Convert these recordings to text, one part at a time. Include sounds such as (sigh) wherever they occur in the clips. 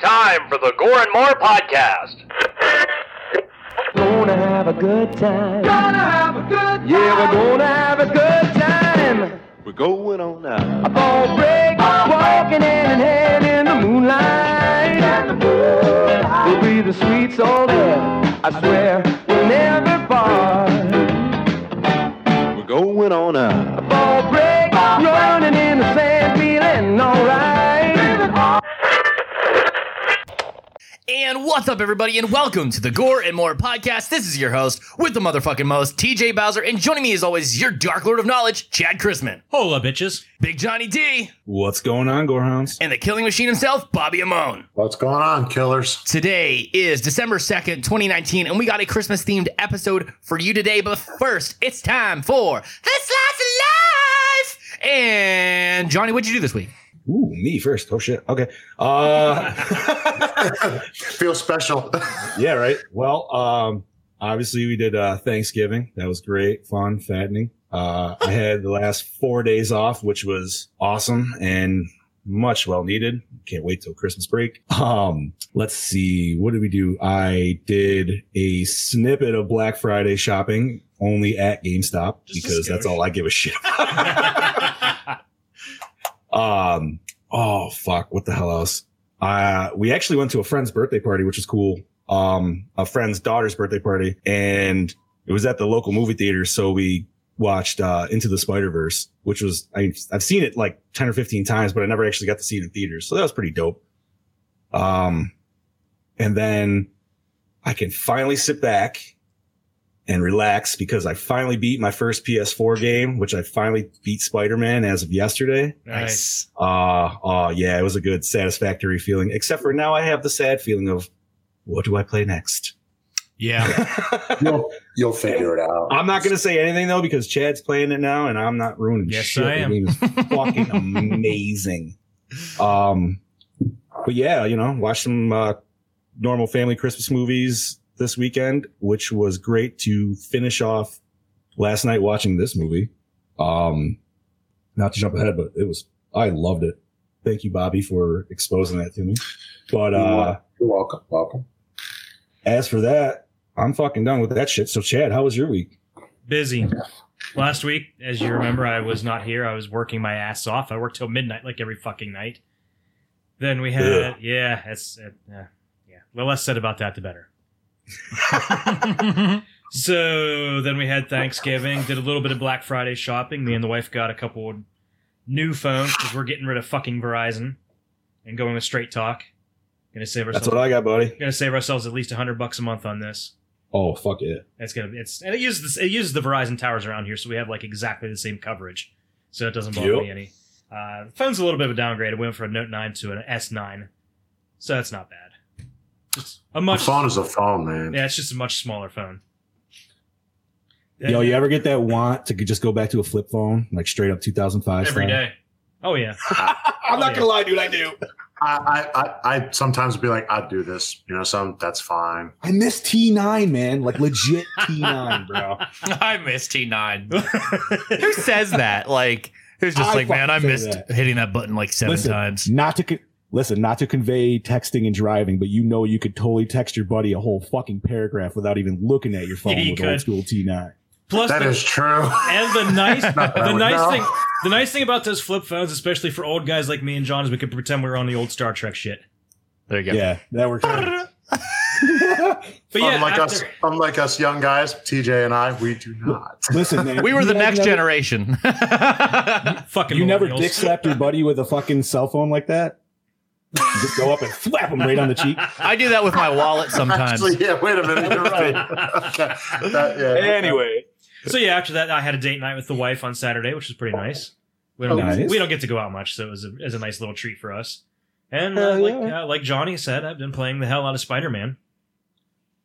time for the Gore and More podcast. Gonna have a good time. Gonna have a good time. Yeah, we're gonna have a good time. We're going on now. A ball break, walking hand in hand in the moonlight. We'll be the sweet soul there. I swear we'll never part. We're going on now. (laughs) Ball break, running in the sand, feeling alright. And what's up, everybody, and welcome to the Gore and More podcast. This is your host with the motherfucking most, TJ Bowser, and joining me as always, your Dark Lord of Knowledge, Chad Chrisman, Hola, bitches. Big Johnny D, What's going on, Gorehounds? and the Killing Machine himself, Bobby Amon. What's going on, killers? (laughs) Today is December 2nd, 2019, and we got a Christmas themed episode for you today. But first, it's time for A Slice of Life! And Johnny, what'd you do this week? Ooh, me first. Oh shit. Okay. Uh, Feel special. (laughs) yeah, right. Well, um, obviously we did uh, Thanksgiving. That was great, fun, fattening. Uh, I had the last four days off, which was awesome and much well needed. Can't wait till Christmas break. Um, let's see. What did we do? I did a snippet of Black Friday shopping only at GameStop Just a because that's skosh. all I give a shit Um, oh fuck, what the hell else? Uh, we actually went to a friend's birthday party, which was cool. Um, a friend's daughter's birthday party, and it was at the local movie theater. So we watched uh, Into the Spider Verse, which was I, I've seen it like ten or fifteen times, but I never actually got to see it in theaters. So that was pretty dope. Um, and then I can finally sit back and relax because I finally beat my first PS4 game, which I finally beat Spider Man as of yesterday. Nice. Uh, uh, yeah, it was a good satisfactory feeling, except for now I have the sad feeling of what do I play next? Yeah. (laughs) You'll, you'll figure it out. I'm not going to say anything though, because Chad's playing it now and I'm not ruining Yes, shit. I The am. (laughs) game is fucking amazing. Um, but yeah, you know, watch some, uh, normal family Christmas movies this weekend, which was great to finish off last night watching this movie. Um, not to jump ahead, but it was, I loved it. Thank you, Bobby, for exposing that to me. But, uh, You're welcome. Welcome. as for that, I'm fucking done with that shit. So, Chad, how was your week? Busy. Last week, as you remember, I was not here. I was working my ass off. I worked till midnight, like every fucking night. Then we had, Ugh. yeah, that's, uh, yeah, yeah. The less said about that, the better. so then we had Thanksgiving, did a little bit of Black Friday shopping. Me and the wife got a couple new phones because we're getting rid of fucking Verizon and going with Straight Talk. Gonna save ourselves. That's what I got, buddy. gonna save ourselves at least hundred bucks a month on this. Oh fuck it! It's gonna be it's and it uses this, it uses the Verizon towers around here, so we have like exactly the same coverage. So it doesn't bother Yep. me any. Uh, the phone's a little bit of a downgrade. It went from a Note nine to an S nine, so that's not bad. Just a A much phone is a phone, man. yeah, it's just a much smaller phone. Yo, you ever get that want to just go back to a flip phone, like straight up 2005? every day. Oh yeah, I'm not gonna lie, dude. I do. I, I, I, I sometimes be like, I do this. You know, some that's fine. I miss T9, man. (laughs) Like legit T9, bro. I missed (laughs) T9. Who says that? Like, who's just I like, man, I fucking say missed that. hitting that button like seven Listen, times. Not to con- listen, not to convey texting and driving, but you know you could totally text your buddy a whole fucking paragraph without even (laughs) looking at your phone Yeah, you with could. old school T9. Plus That the- is true. and the nice Not that the one, nice no. thing the nice thing about those flip phones, especially for old guys like me and John, is we could pretend we were on the old Star Trek shit. There you go. Yeah, that (laughs) works. out. (laughs) (laughs) But yeah, unlike us, after- unlike us young guys, TJ and I, we do not. listen, man. We were you the guys next never- generation. (laughs) fucking You never millennials. dick slapped your buddy with a fucking cell phone like that. You just go up and slap him right on the (laughs) cheek. I do that with my wallet sometimes. Actually, (laughs) yeah. Wait a minute. You're right. okay. That, yeah. So yeah, after that, I had a date night with the wife on Saturday, which was pretty nice. We don't, Oh, Nice. we don't get to go out much, so it was a, it was a nice little treat for us. And uh, Hell like yeah. uh, like Johnny said, I've been playing the hell out of Spider Man.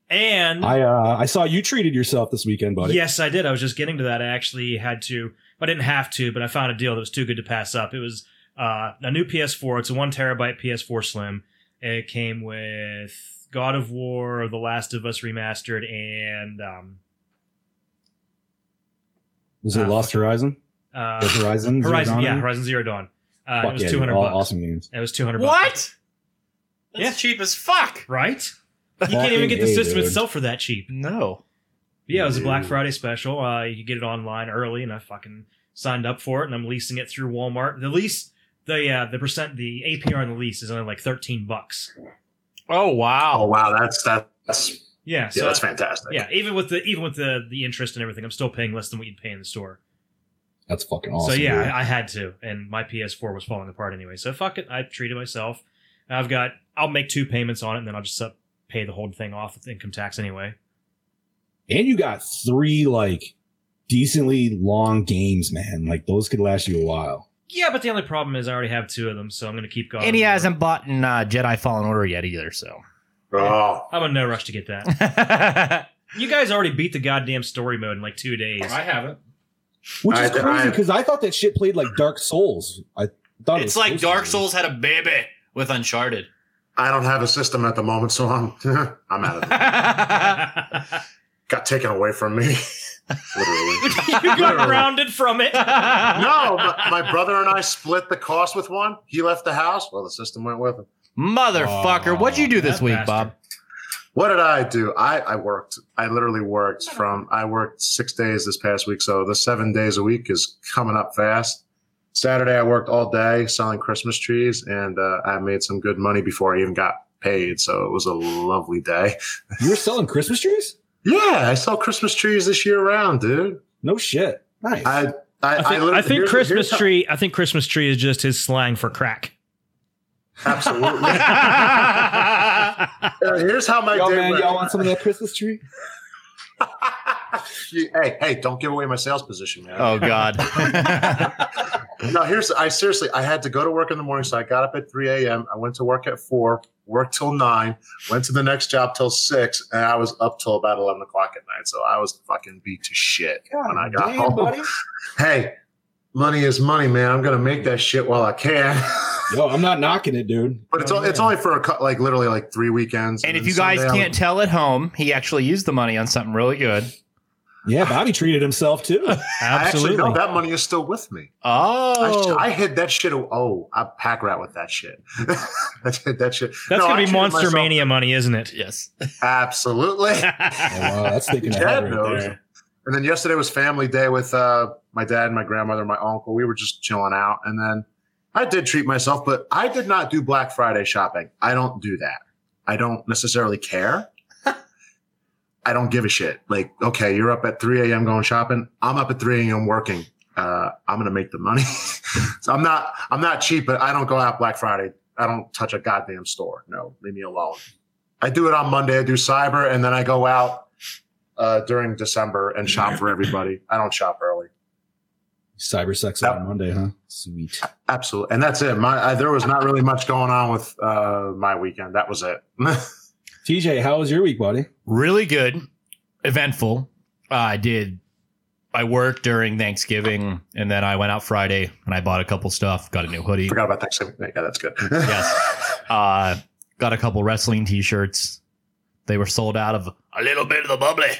And I uh, I saw you treated yourself this weekend, buddy. yes, I did. I was just getting to that. I actually had to. I didn't have to, but I found a deal that was too good to pass up. It was uh, a new PS4. It's a one terabyte PS4 Slim. It came with God of War, The Last of Us remastered, and um, Was it Uh, Lost Horizon? uh, Was Horizon? Zero Horizon, Dawn yeah, in it? Horizon Zero Dawn. Uh, Fuck it was yeah, two hundred all bucks. Awesome games. It was two hundred. what? That's Yeah. cheap as fuck. right? You can't even get the Fucking A, system dude. itself for that cheap. No. But yeah, it was a Black Dude. Friday special. Uh, you could get it online early, and I fucking signed up for it, and I'm leasing it through Walmart. The lease, the uh, the percent, the APR on the lease is only like thirteen bucks. Oh wow. Oh wow, that's that's Yeah, so yeah, that's fantastic. yeah, even with the even with the the interest and everything, I'm still paying less than what you'd pay in the store. That's fucking awesome. so yeah, dude. I, I had to, and my PS4 was falling apart anyway. So fuck it, I treated myself. I've got, I'll make two payments on it, and then I'll just uh, pay the whole thing off with income tax anyway. and you got three like decently long games, man. Like those could last you a while. Yeah, but the only problem is I already have two of them, so I'm going to keep going. And he hasn't bought in uh, Jedi Fallen Order yet either, so. Oh, I'm in no rush to get that. (laughs) You guys already beat the goddamn story mode in like two days. haven't. Which is I- crazy I- because I, thought that shit played like Dark Souls. I thought it was It's like supposed to Dark be. Souls had a baby with Uncharted. I don't have a system at the moment, so I'm (laughs) I'm out of it. you Got taken away from me, (laughs) literally. got grounded from (laughs) it. No, my, my brother and I split the cost with one. He left the house. Well, the system went with him. Motherfucker, what'd you do this that week, bastard. Bob? What did I do? I, I worked. I literally worked from I worked six days this past week, so the seven days a week is coming up fast. Saturday I worked all day selling Christmas trees, and uh, I made some good money before I even got paid. So it was a lovely day. You were selling Christmas trees? Yeah, I sell Christmas trees this year round, dude. No shit. Nice. I I, I think, literally- I think here's- Christmas here's how- tree. I think Christmas tree is just his slang for crack. Absolutely. (laughs) Uh, here's how my Yo, day man, went. (laughs) y'all want some of that Christmas tree? You- hey, hey! Don't give away my sales position, man. Oh, God. No, here's I seriously I had to go to work in the morning, so I got up at 3 a.m. I went to work at four, worked till nine, went to the next job till six, and I was up till about eleven o'clock at night. So I was fucking beat to shit when I got home. Hey, money is money, man. I'm gonna make that shit while I can. (laughs) Yo, I'm not knocking it, dude. but it's Oh, o- it's yeah. only for a cut, like literally like three weekends. and if then you guys someday I'm- can't tell at home, he actually used the money on something really good. Yeah, Bobby treated himself too. I actually Absolutely. know that money is still with me. Oh. I, I hid that shit. aw- Oh, I pack rat with that shit. (laughs) I did that shit. That's No, I gonna be treated Monster myself- Mania money, isn't it? yes. (laughs) Absolutely. Oh, wow, that's thinking ahead Dad right knows. there. And then yesterday was family day with uh, my dad and my grandmother and my uncle. We were just chilling out. And then I did treat myself, but I did not do Black Friday shopping. I don't do that. I don't necessarily care. I don't give a shit. Like, okay, you're up at 3 a.m. going shopping. I'm up at 3 a.m. working. Uh, I'm gonna make the money. (laughs) so I'm not I'm not cheap, but I don't go out Black Friday. I don't touch a goddamn store. No, leave me alone. I do it on Monday. I do cyber, and then I go out uh, during December and shop for everybody. I don't shop early. Cyber sex on Monday, huh? Sweet. Absolutely, and that's it. My I, there was not really much going on with uh, my weekend. That was it. (laughs) TJ, how was your week, buddy? really good, eventful. Uh, I did. I worked during Thanksgiving, and then I went out Friday and I bought a couple stuff. Got a new hoodie. Forgot about Thanksgiving. Yeah, that's good. (laughs) Yes. Uh, got a couple wrestling T-shirts. They were sold out of a little bit of the bubbly,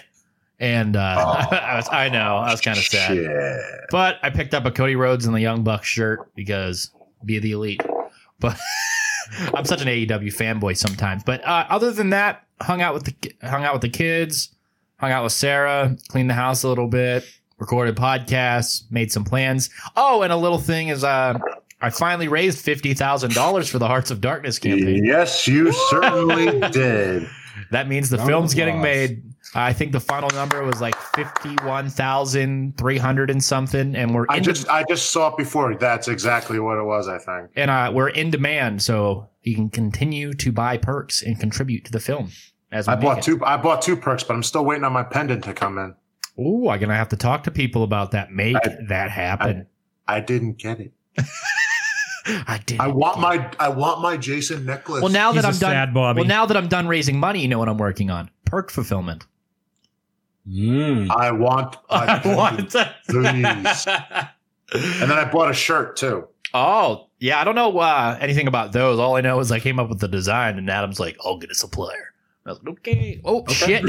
and uh, (laughs) I, was, I know I was kind of sad. Shit. But I picked up a Cody Rhodes and the Young Bucks shirt because be the elite. But (laughs) I'm such an AEW fanboy sometimes. But uh, other than that, hung out with the ki- hung out with the kids, hung out with Sarah, cleaned the house a little bit, recorded podcasts, made some plans. Oh, and a little thing is uh, I finally raised fifty thousand dollars for the Hearts of Darkness campaign. Yes, you certainly did. That means the Round film's of getting applause. made. I think the final number was like fifty-one thousand three hundred and something, and we're I into just I just saw it before. That's exactly what it was. I think. and uh, we're in demand, so you can continue to buy perks and contribute to the film. As we I make bought it. two. I bought two perks, but I'm still waiting on my pendant to come in. Ooh, I'm gonna have to talk to people about that. Make I- that happen. I didn't get it. I, did. I want my I want my Jason necklace. Well, now He's that a I'm done. sad Bobby. Well, now that I'm done raising money, you know what I'm working on: perk fulfillment. Mm. I want my (laughs) I pendant, want please. (laughs) to. and then I bought a shirt too. oh yeah, I don't know uh, anything about those. All I know is I came up with the design, and Adam's like, "I'll get a supplier." I was like, "Okay." Oh (laughs) shit!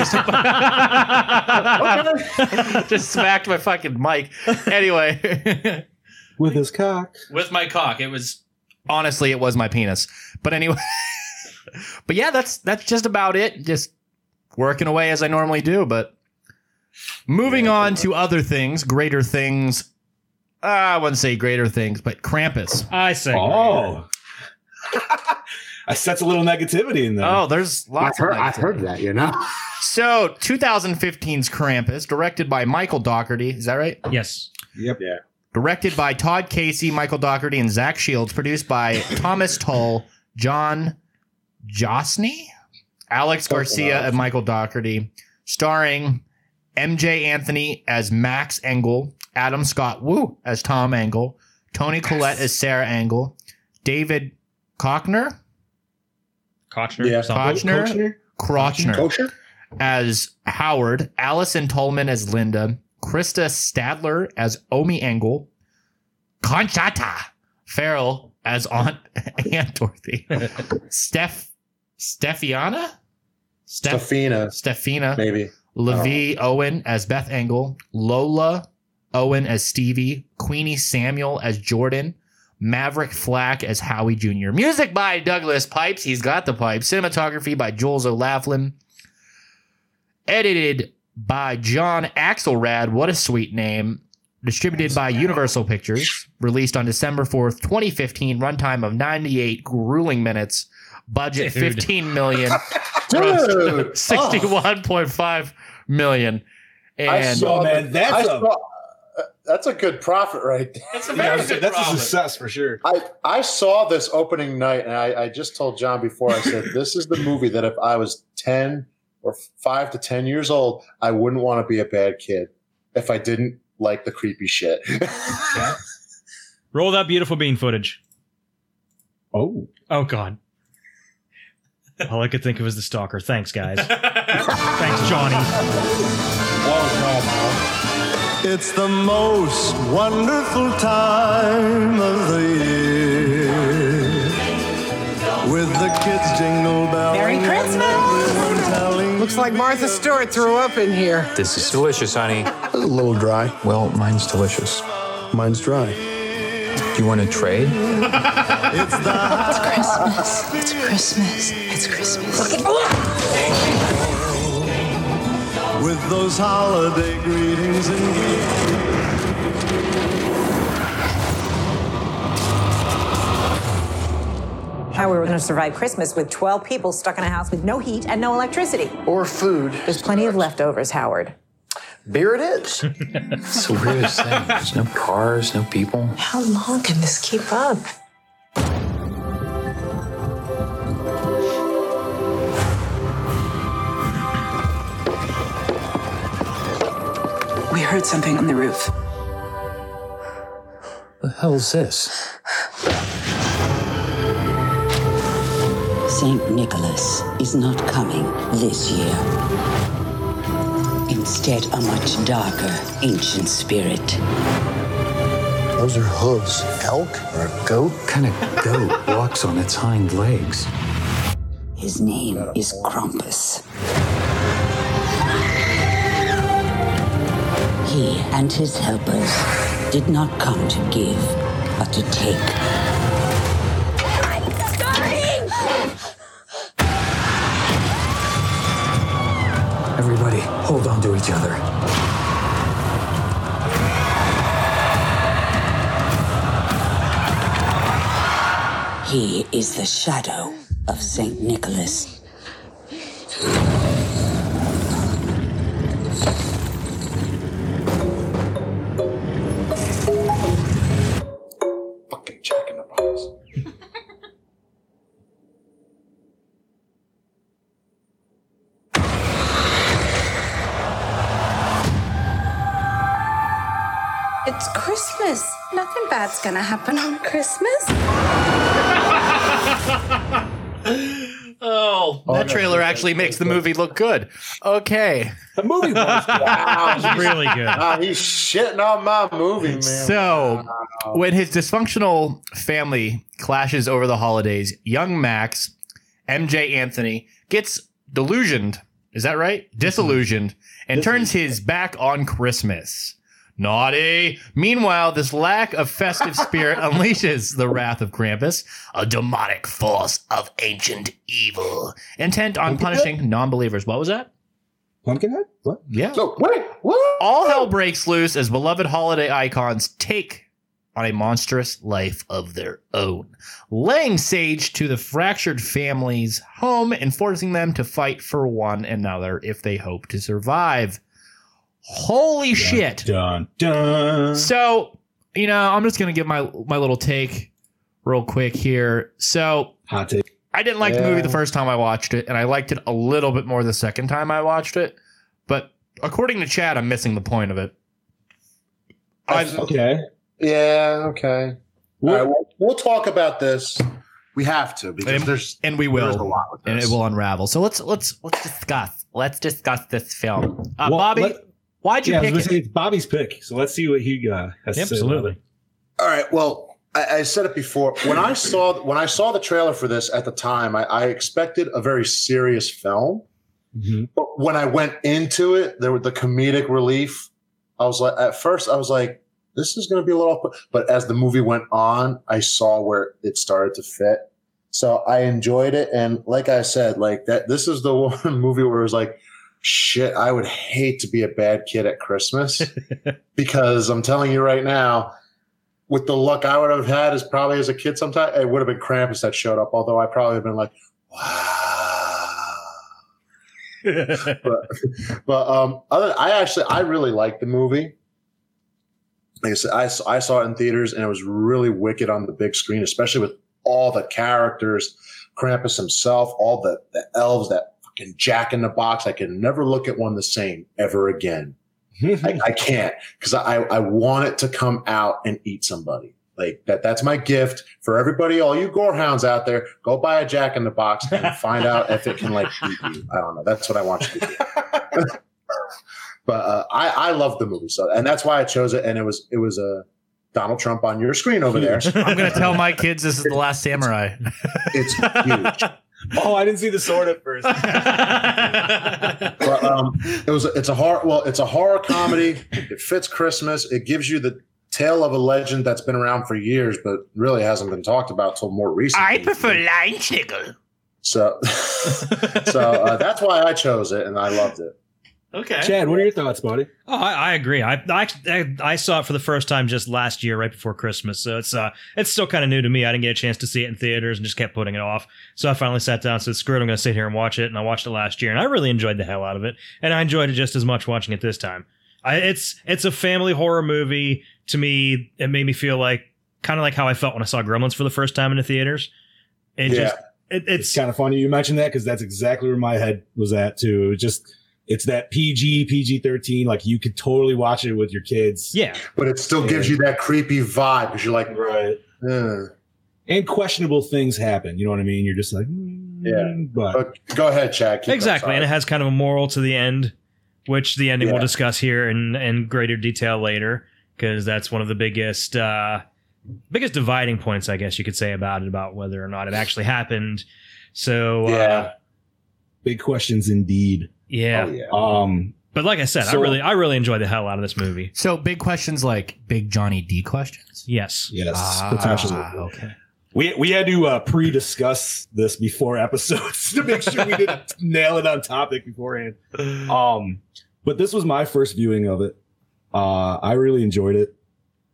just smacked my fucking mic. Anyway, (laughs) With his cock. with my cock, it was honestly, it was my penis. But anyway, (laughs) but yeah, that's that's just about it. Just working away as I normally do. But moving on to other things, greater things. Uh, I wouldn't say greater things, but Krampus. I say. Oh. (laughs) I sense a little negativity in there. Oh, there's I've lots heard, of I've heard negativity. that, you (laughs) know? So 2015's Krampus, directed by Michael Dougherty. Is that right? Yes. Yep. Yeah. Directed by Todd Casey, Michael Dougherty, and Zach Shields. Produced by Thomas Tull, John Josney, Alex Garcia, and Michael Dougherty. Starring MJ Anthony as Max Engel, Adam Scott Woo as Tom Engel, Tony Collette as Sarah Engel, David Cochner, Kochner. Yeah. or something. Kochner? Crochner. Kosher? as Howard, Allison Tolman as Linda, Krista Stadler as Omi Engel, Conchata Farrell as Aunt (laughs) Aunt Dorothy, Steph Steffiana, Steph Stefina, Stefina, maybe. Levi Owen as Beth Engel, Lola Owen as Stevie, Queenie Samuel as Jordan. Maverick Flack as Howie Jr. Music by Douglas Pipes. He's got the pipes. Cinematography by Jules O'Laughlin edited by John Axelrad. What a sweet name. Distributed by Universal Pictures. Released on December 4th, 2015. Runtime of 98 grueling minutes. Budget Dude. 15 million. Oh. Dude! (laughs) Sixty-one point five million. And saw- man, that's Oh, I a- saw- that's a good profit right there. That's a Yeah, I very was good like, that's a problem. success for sure. I, I saw this opening night, and I, I just told John before, I said, this is the movie that if I was 10 or 5 to 10 years old, I wouldn't want to be a bad kid if I didn't like the creepy shit. (laughs) Roll that beautiful bean footage. Oh. Oh God. All I could think of was the stalker. Thanks, (laughs) guys. Thanks, Johnny. It's the most wonderful time of the year. With the kids jingle belling. Merry and Christmas! everyone telling Looks like uh, Martha Stewart threw up in here. This is delicious, honey. A little dry. Well, mine's delicious. Mine's dry. Do you want to trade? It's the It's Christmas. It's Christmas. It's Christmas. Oh! with those holiday greetings and glee. How we were going to survive Christmas with 12 people stuck in a house with no heat and no electricity. Or food. There's plenty of leftovers, Howard. Beer it is. (laughs) it's the weirdest thing. There's no cars, no people. How long can this keep up? We heard something on the roof. The hell's this? St. Nicholas is not coming this year. Instead, a much darker ancient spirit. Those are hooves. Elk or a goat? What kind of goat walks on its hind legs? His name is Krampus. He and his helpers did not come to give, but to take. I'm starving! Everybody, hold on to each other. He is the shadow of St. Nicholas. Fucking Jack in the Box. It's Christmas. Nothing bad's gonna happen on Christmas. (laughs) oh, that trailer actually makes the movie look good. Okay, The movie was (laughs) That was really good. Ah, he's shitting on my movie, man. so when his dysfunctional family clashes over the holidays, young Max, MJ Anthony, gets delusioned. Is that right? Disillusioned and turns his back on Christmas. Naughty. Meanwhile, this lack of festive spirit unleashes the wrath of Krampus, a demonic force of ancient evil, intent on punishing non believers. What was that? Pumpkinhead? What? Yeah. So, wait, what? All hell breaks loose as beloved holiday icons take on a monstrous life of their own, laying siege to the fractured family's home and forcing them to fight for one another if they hope to survive. Holy shit. Dun dun. So, you know, I'm just going to give my my little take real quick here. So, Hot take. I didn't like the Yeah. movie the first time I watched it, and I liked it a little bit more the second time I watched it. But according to Chad, I'm missing the point of it. I, Okay. Yeah, okay. All right, we'll, we'll talk about this. We have to because And- there's and we there's a will, lot with and this. it will unravel. So let's let's let's discuss. Let's discuss this film, uh, Well, Bobby. let- why'd you yeah, I was pick gonna it? say it's Bobby's pick. So let's see what he uh, has to say. about Absolutely. it. All right. Well, I, I said it before. When I saw when I saw the trailer for this at the time, I, I expected a very serious film. Mhm. But when I went into it, there were the comedic relief. I was like, at first, I was like, this is going to be a little, awkward. but as the movie went on, I saw where it started to fit. So I enjoyed it. And like I said, like that, this is the (laughs) one movie where it was like, shit, I would hate to be a bad kid at Christmas because I'm telling you right now, with the luck I would have had as probably as a kid sometime, it would have been Krampus that showed up. Although I probably have been like, wow. but but um, other, I actually I really liked the movie. Like I said, I, s- I saw it in theaters and it was really wicked on the big screen, especially with all the characters, Krampus himself, all the, the elves, that fucking Jack in the Box. I can never look at one the same ever again. I, I can't because I I want it to come out and eat somebody. Like that. That's my gift for everybody. All you gorehounds out there, go buy a Jack in the Box and find out if it can like eat you. I don't know. That's what I want you to do. but uh, I I love the movie so, and that's why I chose it. And it was it was a. Uh, Donald Trump on your screen over (laughs) there. I'm gonna tell my kids this is the last samurai. It's huge. (laughs) Oh, I didn't see the sword at first. but um, it was it's a horror. Well, it's a horror comedy. It fits Christmas. It gives you the tale of a legend that's been around for years, but really hasn't been talked about till more recently. line schnitzel. so. (laughs) so uh, that's why I chose it, and I loved it. Okay. Chad, what are your thoughts, buddy? Oh, I, I agree. I, I I- I saw it for the first time just last year, right before Christmas. So it's uh, it's still kind of new to me. I didn't get a chance to see it in theaters and just kept putting it off. So I finally sat down. and Said, "Screw it, I'm going to sit here and watch it." And I watched it last year, and I really enjoyed the hell out of it. And I enjoyed it just as much watching it this time. I, it's it's a family horror movie to me. It made me feel like kind of like how I felt when I saw Gremlins for the first time in the theaters. It Yeah. just it, It's, it's kind of funny you mentioned that because that's exactly where my head was at too. It was just it's that PG PG thirteen. Like you could totally watch it with your kids. yeah. But it still gives you that creepy vibe because you're like, Right. "Ugh." And questionable things happen. You know what I mean? You're just like, mm, Yeah. But But go ahead, Chad. keep- I'm exactly, sorry. and it has kind of a moral to the end, which the ending Yeah. we'll discuss here in in greater detail later, because that's one of the biggest uh, biggest dividing points, I guess you could say about it, about whether or not it actually happened. So yeah, uh, yeah, big questions indeed. yeah. Oh, yeah. Um, But like I said, I So- really I really enjoyed the hell out of this movie. So big questions like big Johnny D questions. Yes. yes, potentially. Ah, okay. We we had to uh, pre-discuss this before (laughs) episodes to make sure we didn't nail it on topic beforehand. Um, but this was my first viewing of it. Uh, I really enjoyed it.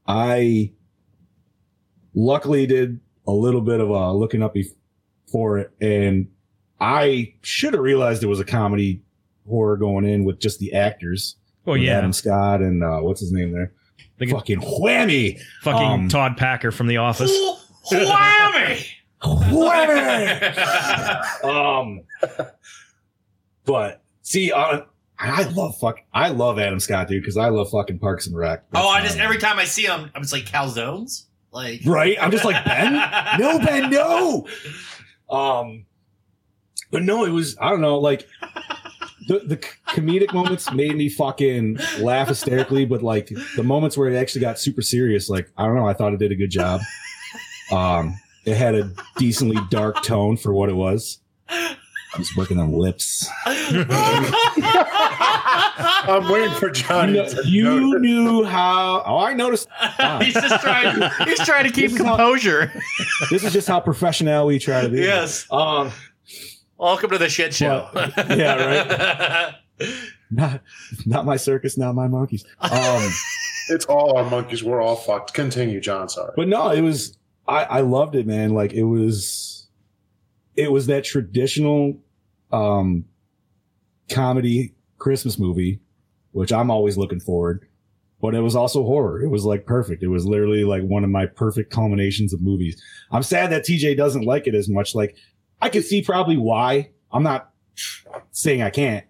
I luckily did a little bit of uh, looking up before it, and I should have realized it was a comedy horror going in with just the actors. Oh with yeah. Adam Scott and uh, what's his name there? They could- Fucking whammy, Fucking um, Todd Packer from The Office. Whammy! whammy. (laughs) Um, but see, uh, I love fuck. I love Adam Scott, dude, because I love fucking Parks and Rec. oh, I That's just my- every time I see him, I'm just like calzones. Like right. I'm just like Ben. no, (laughs) Ben, no. Um, but no, it was I don't know, like the the comedic moments made me fucking laugh hysterically, but like the moments where it actually got super serious, like I don't know, I thought it did a good job. Um, it had a decently dark tone for what it was. I was working on lips. I'm waiting for Oh, Johnny. to You knew how. Oh, I (laughs) noticed. Wow. he's just trying. He's trying to keep composure. this is just how professional we try to be. (laughs) Yes. Um, Welcome to the shit show. (laughs) yeah, not, not my circus, not my monkeys. Um, It's all our monkeys. We're all fucked. Continue, John. Sorry. but no, it was. I, I loved it, man. Like it was, it was that traditional, um, comedy Christmas movie, which I'm always looking forward. But it was also horror. It was like perfect. It was literally like one of my perfect culminations of movies. I'm sad that TJ doesn't like it as much. Like I can see probably why. I'm not saying I can't.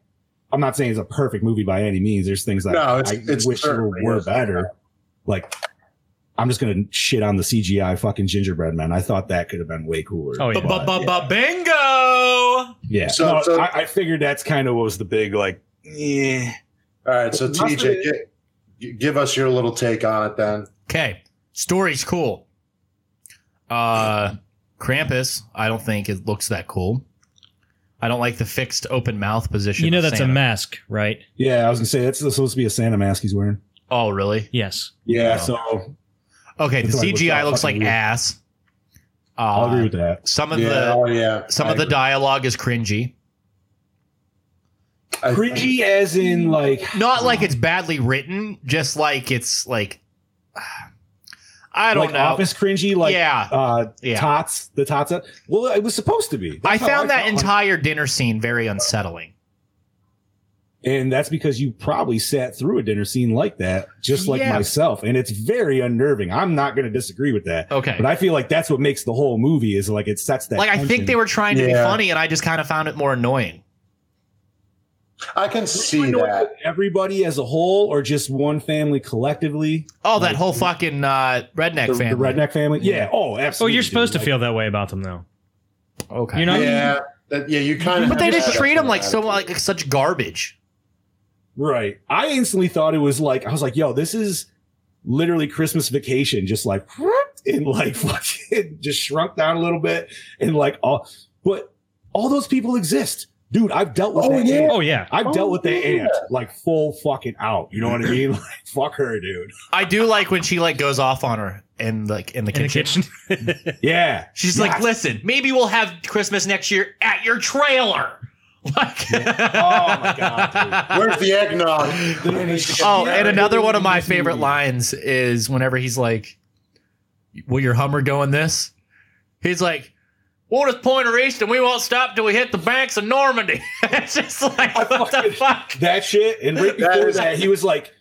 I'm not saying it's a perfect movie by any means. There's things that No, it's- I it's wish were, certainly were is. better. Like I'm just gonna shit on the CGI fucking gingerbread man. I thought that could have been way cooler. Oh, yeah. But, Bingo. yeah. So- No, so- I, I figured that's kind of what was the big like. Yeah. All right. So, Must've TJ, been- gi- give us your little take on it then. Okay. Story's cool. Uh Krampus, I don't think it looks that cool. I don't like the fixed open mouth position. You know of that's Santa. a mask, right? Yeah, I was gonna say that's supposed to be a Santa mask he's wearing. Oh, really? Yes. Yeah, No. so Okay, the It's like, CGI what's all looks like fucking weird. ass. Uh, I'll agree with that. Some of yeah. the oh, yeah. some I of the agree. dialogue is cringy. I think- Cringy as in like Not like it's badly written, just like it's like (sighs) I don't like know. office cringy, like Yeah. uh Yeah. tots, the tots. Well, it was supposed to be. I That's how found that felt. entire dinner scene very unsettling. and that's because you probably sat through a dinner scene like that, just like Yeah. myself, and it's very unnerving. I'm not going to disagree with that, Okay. but I feel like that's what makes the whole movie is like it sets that. Like I think tension. they were trying to be Yeah. funny and I just kind of found it more annoying. I can see You know, that. everybody as a whole, or just one family collectively, Oh, that whole fucking uh, redneck the, the family. redneck family. Yeah. Oh, Oh, absolutely. you're supposed to dude. Like, feel that way about them, though. Okay. You know, Yeah. That, yeah. You kind of. but they have just that treat them like so attitude. like, like such garbage. Right. I instantly thought it was like I was like, yo, this is literally Christmas vacation, just like (laughs) whoop, and like (laughs) fucking just shrunk down a little bit and like all but all those people exist. Dude, I've dealt with Oh, that yeah. ant. oh yeah. I've dealt with that yeah. ant like full fucking out. You know what I mean? (laughs) Like fuck her, (laughs) dude. I do like when she like goes off on her in like in the In the kitchen. kitchen. Yeah. She's like, Yes. listen, maybe we'll have Christmas next year at your trailer. (laughs) Like, (laughs) Oh my god, dude. Where's the eggnog? Oh, and another one of my favorite lines is whenever he's like, "Will your Hummer go in this?" He's like, "Waters point are east, and we won't stop till we hit the banks of Normandy." (laughs) it's just like, what the fucking- fuck? That shit. And right That before (laughs) is- that, he was like,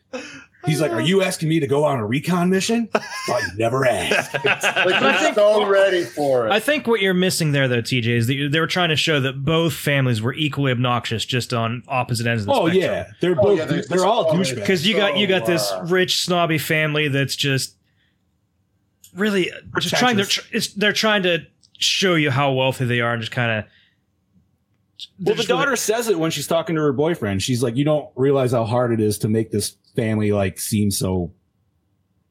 he's like, Are you asking me to go on a recon (laughs) mission? I never asked. Like, you're so ready for it. I think what you're missing there, though, TJ, is that you- they were trying to show that both families were equally obnoxious, just on opposite ends of the Oh spectrum. yeah, Oh, they're Oh, both yeah, they're, there's this all always- douchebags. because you got you got this So, uh, rich snobby family that's just really just trying to Pretentious. it's, they're trying to show you how wealthy they are and just kind of Well, the daughter says it when she's talking to her boyfriend. She's like, "You don't realize how hard it is to make this family like seem so."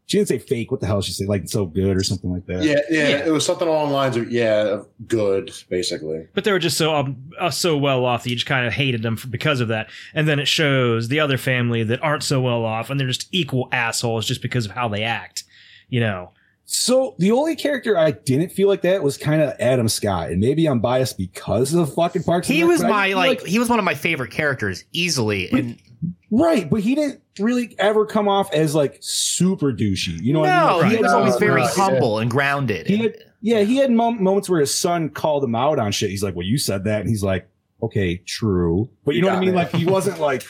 She didn't say fake. What the hell? She said like so good or something like that. yeah, yeah, It was something along the lines of yeah, of good, basically. but they were just so um, uh, so well off that you just kind of hated them for, because of that and then it shows the other family that aren't so well off and they're just equal assholes just because of how they act you know So the only character I didn't feel like that was kind of Adam Scott, and maybe I'm biased because of fucking Parks. and He Rec, was but I my feel like, he was one of my favorite characters easily, and right, but he didn't really ever come off as like super douchey. You know what I mean? no, Like, he had was some- always very Right, yeah. humble and grounded. He had, yeah, he had mom- moments where his son called him out on shit. He's like, "Well, you said that," and he's like, "Okay, true," but you know You what I got mean. it. Like, he wasn't like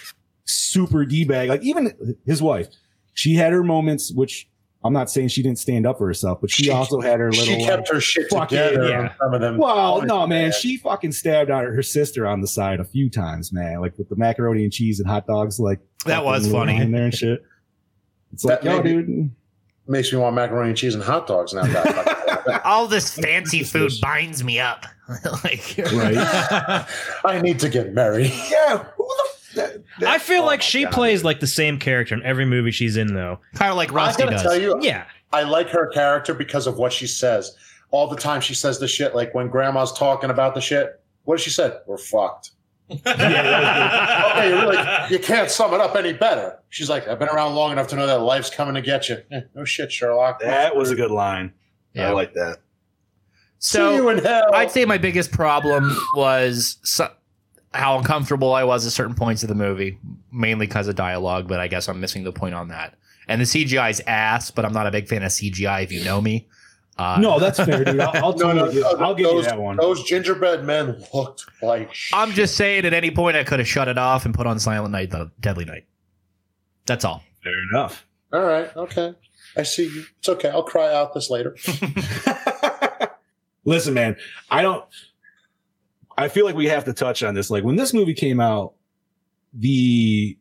super d bag. Like, even his wife, she had her moments, which I'm not saying she didn't stand up for herself, but she, She- also had her little. She like, kept her shit fuck together. yeah. on Some of them. well, no, points, man, she fucking stabbed out her sister on the side a few times, man. Like with the macaroni and cheese and hot dogs, like That was fucking funny. in there and shit. It's like, That yo, made me- dude. makes me want macaroni and cheese and hot dogs (laughs) now. (laughs) God, fuck. All this fancy food binds me up. (laughs) like, Right. I need to get married. Yeah, who the. F- that- that- i feel oh like my she God. plays like the same character in every movie she's in though kind of like Rusty I gotta does. tell you, yeah I like her character because of what she says. All the time she says the shit, like when grandma's talking about the shit. What does she said? We're fucked. (laughs) okay, you're really, you can't sum it up any better. She's like, I've been around long enough to know that life's coming to get you. Eh, no shit, Sherlock. That was a good line. I like that. So I'd say my biggest problem was so, how uncomfortable I was at certain points of the movie, mainly because of dialogue. But I guess I'm missing the point on that. And the CGI is ass, but I'm not a big fan of CGI. If you know me, uh, No, that's fair, dude. I'll, (laughs) I'll, No, totally no, give- no, I'll give those, you that one. Those gingerbread men looked like sh- I'm just saying. At any point, I could have shut it off and put on Silent Night, the Deadly Night. That's all. Fair (laughs) enough. all right, okay. I see you. It's okay. I'll cry out this later. Listen, man, I don't. I feel like we have to touch on this. Like when this movie came out, the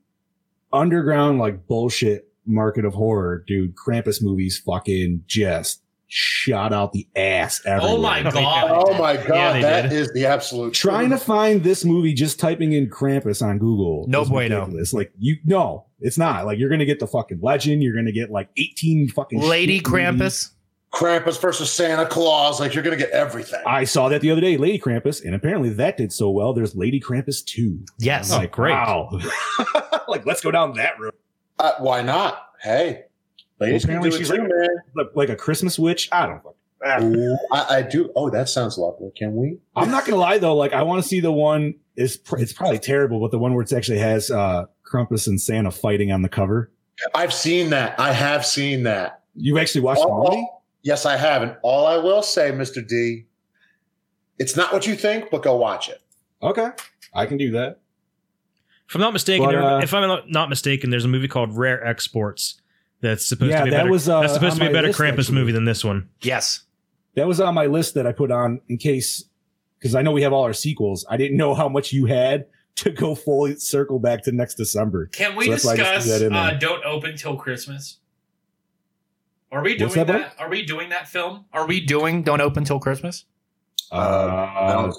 underground like bullshit market of horror, dude, Krampus movies fucking just shot out the ass. Everywhere. Oh my god. oh my god, they that is did. the absolute Trying to find this movie, just typing in Krampus on Google. No is bueno. ridiculous. Like you, no, it's not. Like you're gonna get the fucking legend. You're gonna get like 18 fucking Lady shit movies. Krampus. Krampus versus Santa Claus. Like you're gonna get everything. I saw that the other day, Lady Krampus, and apparently that did so well. There's Lady Krampus 2. Yes, like, great. Wow. (laughs) like, let's go down that road. Uh, why not? Hey, ladies can do apparently it she's too, like- man. Like, like a Christmas witch. I don't know. Ooh, I, I do. Oh, that sounds lovely. Can we? I'm not gonna lie though, like I want to see the one is it's probably terrible, but the one where it actually has uh Krampus and Santa fighting on the cover. I've seen that. I have seen that. You've actually watched the All- movie? all- yes, I have. And all I will say, Mr. D, it's not what you think, but go watch it. Okay. I can do that. If I'm not mistaken, But, there- uh, if I'm not- not mistaken, there's a movie called Rare Exports that's supposed Yeah, to be a that better, was, uh, that's supposed on to be a my better list, Krampus actually. movie than this one. Yes. That was on my list that I put on in case because I know we have all our sequels. I didn't know how much you had to go full circle back to next December. Can we So that's why I just discuss threw that in there. uh, Don't (laughs) Open Till Christmas? Are we doing What's uh, that? that, Are we doing that film? Are we doing Don't Open Till Christmas? Uh, I don't- I don't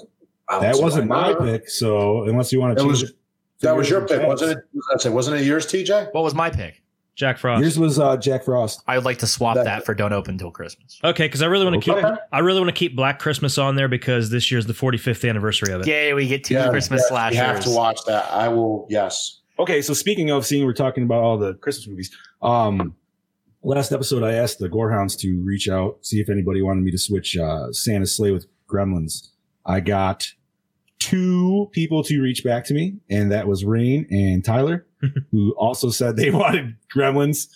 Uh, that see wasn't why my not. pick. So unless you want to That change was it, that was your pick, wasn't it? I say, wasn't it yours, TJ? What was my pick? Jack Frost. Yours was uh, Jack Frost. I would like to swap That- that, for Don't Open Till Christmas. okay, because I really want to Okay. keep I really want to keep Black Christmas on there because this year's the 45th anniversary of it. Yay, we get two Yeah, Christmas slashers. You have to watch that. I will. Yes. Okay, so speaking of seeing, we're talking about all the Christmas movies. Um, last episode, I asked the Gorehounds to reach out, see if anybody wanted me to switch uh, Santa's sleigh with Gremlins. I got two people to reach back to me, and that was Rain and Tyler, who also said they wanted Gremlins.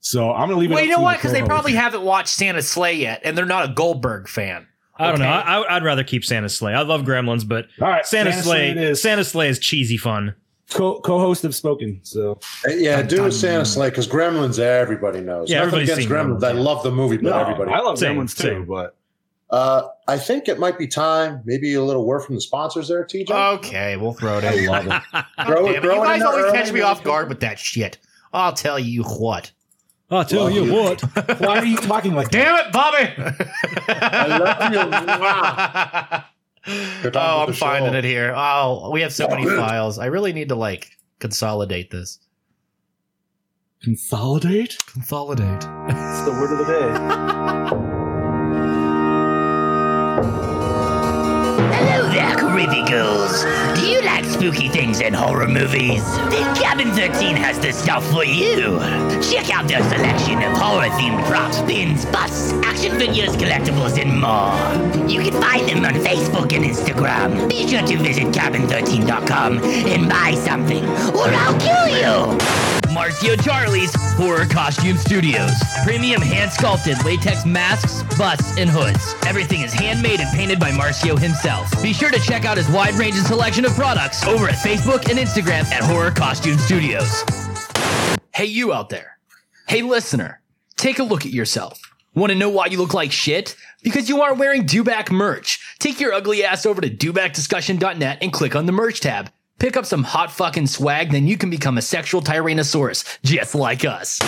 So I'm gonna leave it. Well, up you know to what? the Because they co-hosts. probably haven't watched Santa's Sleigh yet, and they're not a Goldberg fan. I don't know. Okay. I, I- I'd rather keep Santa's Sleigh. I love Gremlins, but all right. Santa's, Sleigh, it is. Santa's Sleigh is cheesy fun. Co- co-hosts have spoken. So Uh, Yeah, Dun, do dun. a Santa Sleigh because Gremlins. Everybody knows. Yeah, Nothing everybody's against seen Gremlins. Gremlins, I yeah. love the movie, but No, everybody. I love Same, Gremlins too, same. but Uh, I think it might be time. Maybe a little word from the sponsors there, TJ. Uh, Okay, we'll throw it (laughs) in. love it. Throw it- Damn it, throw you it in guys there always early catch me and off we'll- guard with that shit. I'll tell you what. I'll Oh, tell you what. Why are you talking like that? Damn it, (laughs) Bobby! I (laughs) love Good time oh, with I'm the show. finding it here. Oh, we have (coughs) so many files. I really need to like consolidate this. Consolidate. Consolidate. It's the word of the day. Hello there, Creepicles. Do you like spooky things and horror movies? Then Cabin 13 has the stuff for you. Check out their selection of horror-themed props, pins, busts, action figures, collectibles, and more. You can find them on Facebook and Instagram. Be sure to visit cabin13.com and buy something, or I'll kill you! Marcio Charlie's Horror Costume Studios. Premium hand sculpted latex masks, busts, and hoods. Everything is handmade and painted by Marcio himself. Be sure to check out his wide range and selection of products over at Facebook and Instagram at Horror Costume Studios. Hey, you out there. Hey, listener. Take a look at yourself. Want to know why you look like shit? Because you aren't wearing Dewback merch. Take your ugly ass over to dewbackdiscussion.net and click on the merch tab. Pick up some hot fucking swag, then you can become a sexual tyrannosaurus, just like us.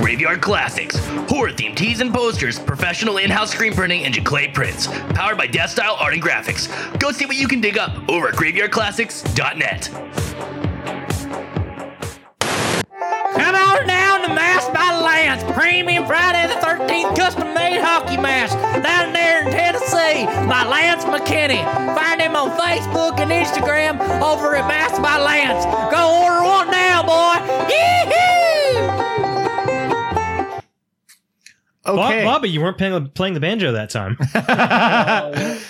Graveyard Classics, horror themed tees and posters, professional in house screen printing, and Jaclay prints, powered by Death Style Art and Graphics. Go see what you can dig up over at graveyardclassics.net. Come on down to Mass by Lance, premium Friday the 13th custom made hockey mask down there in Tennessee. me by Lance McKinney. Find him on Facebook and Instagram over at Mass by Lance. Go order one now, boy. Yee-hoo! Okay. Bob- Bobby, you weren't playing, playing the banjo (gasps) that time.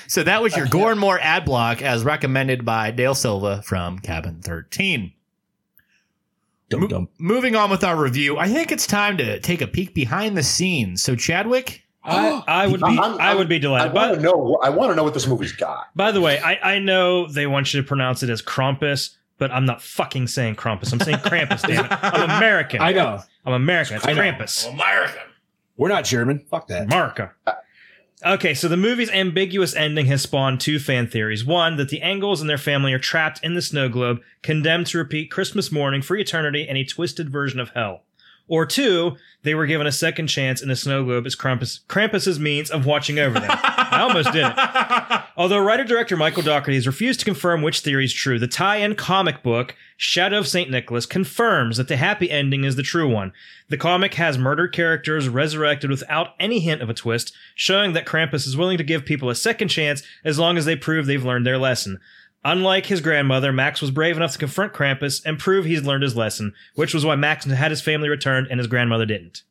(laughs) so that was your Gore and More ad block as recommended by Dale Silva from Cabin 13. Dum Mo- dum. moving on with our review, I think it's time to take a peek behind the scenes. So (laughs) Chadwick, I, I would be I'm- I would be I delighted. want By, to know. I want to know what this movie's got. by the way, I, I know they want you to pronounce it as Krampus, but I'm not fucking saying Krampus. I'm saying Krampus. damn it. I'm (laughs) American. I know. I'm American. It's I know. Krampus. American. We're not German. Fuck that. America. Okay, so the movie's ambiguous ending has spawned two fan theories. One, that the Engels and their family are trapped in the snow globe, condemned to repeat Christmas morning for eternity in a twisted version of hell. Or two, they were given a second chance in the snow globe as Krampus, Krampus's means of watching over them. I almost did it. Although writer director Michael Dougherty has refused to confirm which theory is true, the tie in comic book, Shadow of St. Nicholas, confirms that the happy ending is the true one. The comic has murdered characters resurrected without any hint of a twist, showing that Krampus is willing to give people a second chance as long as they prove they've learned their lesson. Unlike his grandmother, Max was brave enough to confront Krampus and prove he's learned his lesson, which was why Max had his family returned and his grandmother didn't.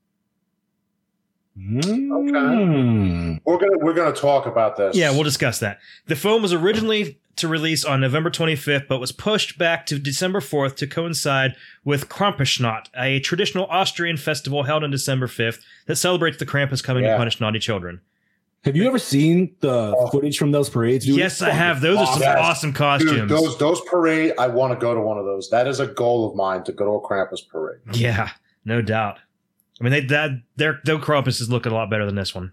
Mm. We're gonna we're gonna talk about this. Yeah, we'll discuss that. The film was originally to release on November 25th, but was pushed back to December 4th to coincide with Krampusnacht, a traditional Austrian festival held on December 5th that celebrates the Krampus coming Yeah. to punish naughty children. Have you ever seen the footage from those parades? dude? yes, I have. Those are some Yes. awesome costumes. Dude, those those parade. I want to go to one of those. That is a goal of mine to go to a Krampus parade. yeah, no doubt. I mean, they that their their Krampus is looking a lot better than this one.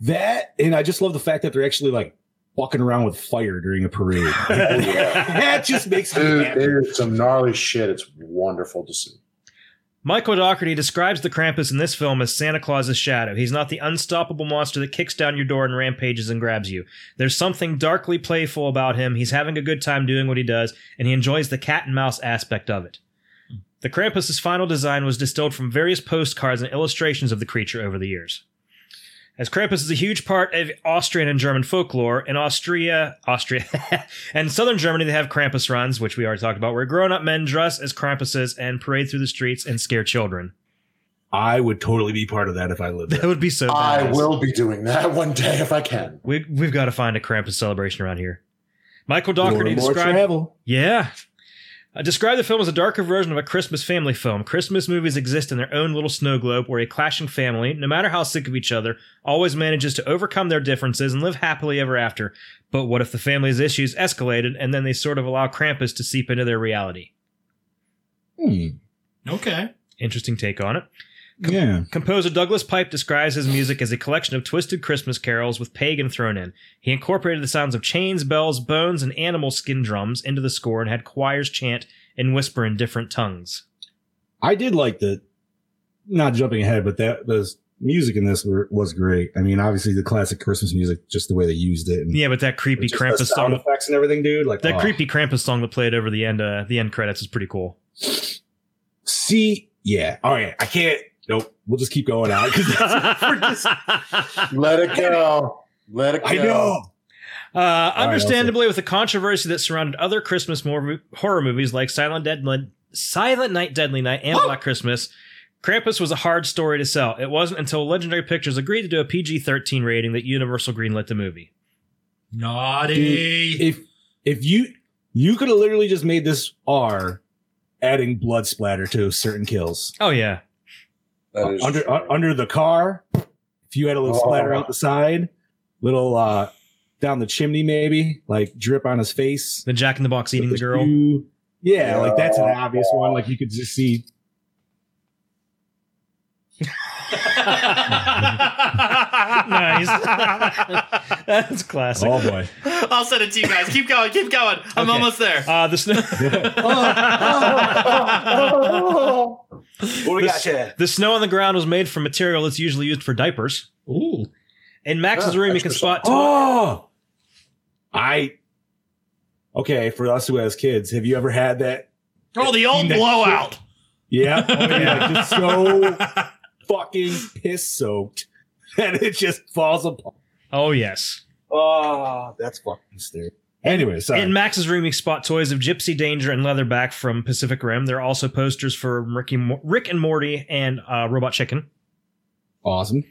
That and I just love the fact that they're actually like walking around with fire during a parade. (laughs) oh, that just makes me Dude, happy. there's some gnarly shit. It's wonderful to see. Michael Dougherty describes the Krampus in this film as Santa Claus's shadow. He's not the unstoppable monster that kicks down your door and rampages and grabs you. There's something darkly playful about him. He's having a good time doing what he does, and he enjoys the cat and mouse aspect of it. The Krampus's final design was distilled from various postcards and illustrations of the creature over the years. As Krampus is a huge part of Austrian and German folklore, in Austria, Austria, (laughs) and southern Germany, they have Krampus runs, which we already talked about, where grown-up men dress as Krampuses and parade through the streets and scare children. (laughs) I would totally be part of that if I lived That (laughs) there. would be so. I badass. will be doing that one day if I can. We we've got to find a Krampus celebration around here. Michael Dougherty More described travel. Yeah. Uh, describe the film as a darker version of a Christmas family film. Christmas movies exist in their own little snow globe where a clashing family, no matter how sick of each other, always manages to overcome their differences and live happily ever after. But what if the family's issues escalated and then they sort of allow Krampus to seep into their reality? Hmm. Okay. Interesting take on it. Yeah. Composer Douglas Pipe describes his music as a collection of twisted Christmas carols with pagan thrown in. He incorporated the sounds of chains, bells, bones, and animal skin drums into the score and had choirs chant and whisper in different tongues. I did like the not jumping ahead, but that those music in this were, was great. I mean, obviously the classic Christmas music, just the way they used it. And Yeah, but that creepy just the Krampus sound song, effects and everything, dude. Like that oh. creepy Krampus song that played over the end, uh, the end credits is pretty cool. See, yeah. All right, I can't. Nope. We'll just keep going out because (laughs) uh, Let it go. Let it go. I know. Uh, understandably, with the controversy that surrounded other Christmas mor- horror movies like Silent Dead, Silent Night, Deadly Night, and Black Christmas, Krampus was a hard story to sell. It wasn't until Legendary Pictures agreed to do a PG-13 rating that Universal greenlit the movie. Naughty. Dude, if if you you could have literally just made this R, adding blood splatter to certain kills Oh yeah, That is under uh, under the car. If you had a little splatter Oh. out the side, little uh down the chimney maybe, like drip on his face. the Jack in the Box eating the With girl. (laughs) shoe. Yeah, like that's an obvious one. Like you could just see. nice. (laughs) That's classic. Oh boy. (laughs) I'll send it to you guys. Keep going, keep going. I'm Okay. almost there. Uh, the snow. (laughs) What we got (laughs) the snow on the ground was made from material that's usually used for diapers. Ooh. In Max's Yeah, room, you can extra spot. Oh, I. Okay, for us who has kids, have you ever had that? Oh, the old Next. blowout. Yeah, oh, yeah, just so fucking piss soaked that it just falls apart. Oh yes. Oh, that's fucking stupid. Anyway, sorry. In Max's room, you spot toys of Gypsy Danger and Leatherback from Pacific Rim. There are also posters for Ricky, Mo- Rick and Morty and uh, Robot Chicken. awesome.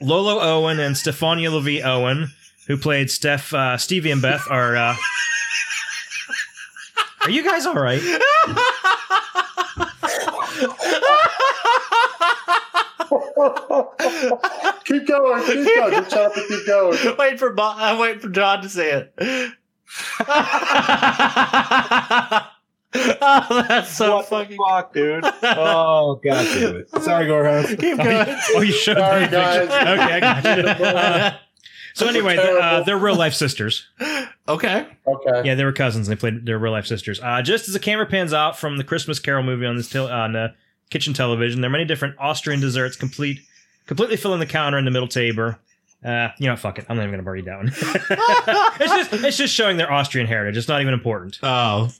Lolo Owen and Stefania Levy Owen, who played Steph, uh, Stevie and Beth, are. Uh, are you guys all right? (laughs) keep going, keep going. Just tell it to keep going. Wait for Bo- I'm (laughs) waiting for John to say it. (laughs) oh, that's so fucking fuck, dude. Oh, god damn it. Sorry, Gorham. (laughs) Keep going. Oh, you showed Sorry, me a picture. guys. Okay, I got (laughs) you. Uh, so Those are anyway, they're, uh, terrible. they're real life sisters. Okay. Okay. Yeah, they were cousins. and They played. They're real life sisters. Uh, just as the camera pans out from the Christmas Carol movie on this tel- on uh, kitchen television, there are many different Austrian desserts, complete, completely filling the counter in the middle table. Uh, you know, what, fuck it. I'm not even gonna read that one. (laughs) it's just it's just showing their Austrian heritage. It's not even important. Oh.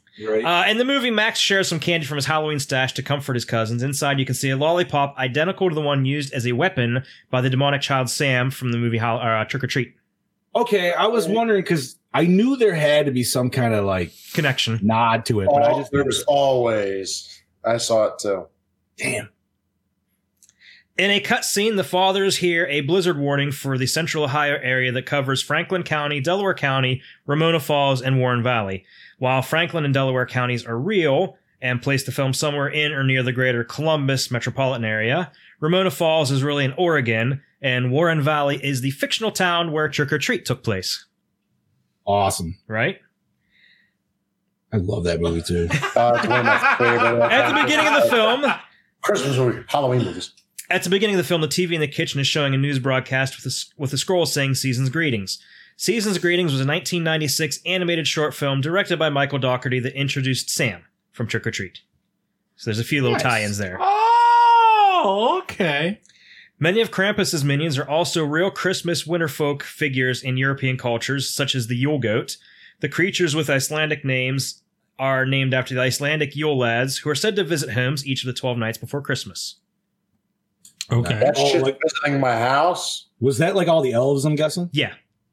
Uh, in the movie, Max shares some candy from his Halloween stash to comfort his cousins. Inside, you can see a lollipop identical to the one used as a weapon by the demonic child Sam from the movie Hol- uh, Trick or Treat Okay, I was wondering because I knew there had to be some kind of like connection. nod to it, but I just there was always. I saw it too. damn. In a cutscene, the fathers hear a blizzard warning for the central Ohio area that covers Franklin County, Delaware County, Ramona Falls, and Warren Valley. While Franklin and Delaware counties are real and place the film somewhere in or near the greater Columbus metropolitan area, Ramona Falls is really in Oregon, and Warren Valley is the fictional town where Trick or Treat took place, Awesome. right? I love that movie too. Uh, it's one of (laughs) my favorite. At the beginning of the film, Christmas movie, Halloween movies. At the beginning of the film, the TV in the kitchen is showing a news broadcast with a, with a scroll saying Season's Greetings. Season's Greetings was a 1996 animated short film directed by Michael Dougherty that introduced Sam from Trick or Treat. So there's a few little Nice. tie ins there. Oh, okay. Many of Krampus's minions are also real Christmas winter folk figures in European cultures, such as the Yule Goat. The creatures with Icelandic names are named after the Icelandic Yule lads who are said to visit homes each of the 12 nights before Christmas. Okay. That Oh, shit's like- visiting my house. (laughs) Was that like all the elves? I'm guessing. Yeah.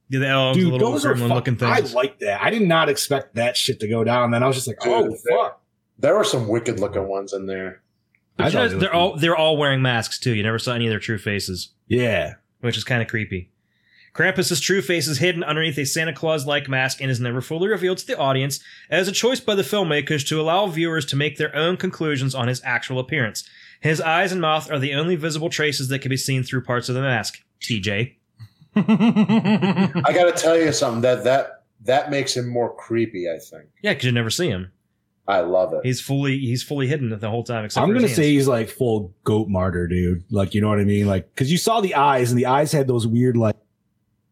The elves, the Dude, little those are gremlin fuck- looking I things. like that. I did not expect that shit to go down. Then I was just like, oh Dude, fuck. There were some wicked looking ones in there. I But you thought know, it was they're cool. all they're all wearing masks too. You never saw any of their true faces, Yeah. which is kind of creepy. Krampus's true face is hidden underneath a Santa Claus-like mask and is never fully revealed to the audience, as a choice by the filmmakers to allow viewers to make their own conclusions on his actual appearance. His eyes and mouth are the only visible traces that can be seen through parts of the mask. TJ. (laughs) I got to tell you something that that that makes him more creepy. I think Yeah, because you never see him. I love it. He's fully he's fully hidden the whole time. Except I'm for his gonna hands. say he's like full goat martyr, dude. Like you know what I mean? Like because you saw the eyes and the eyes had those weird like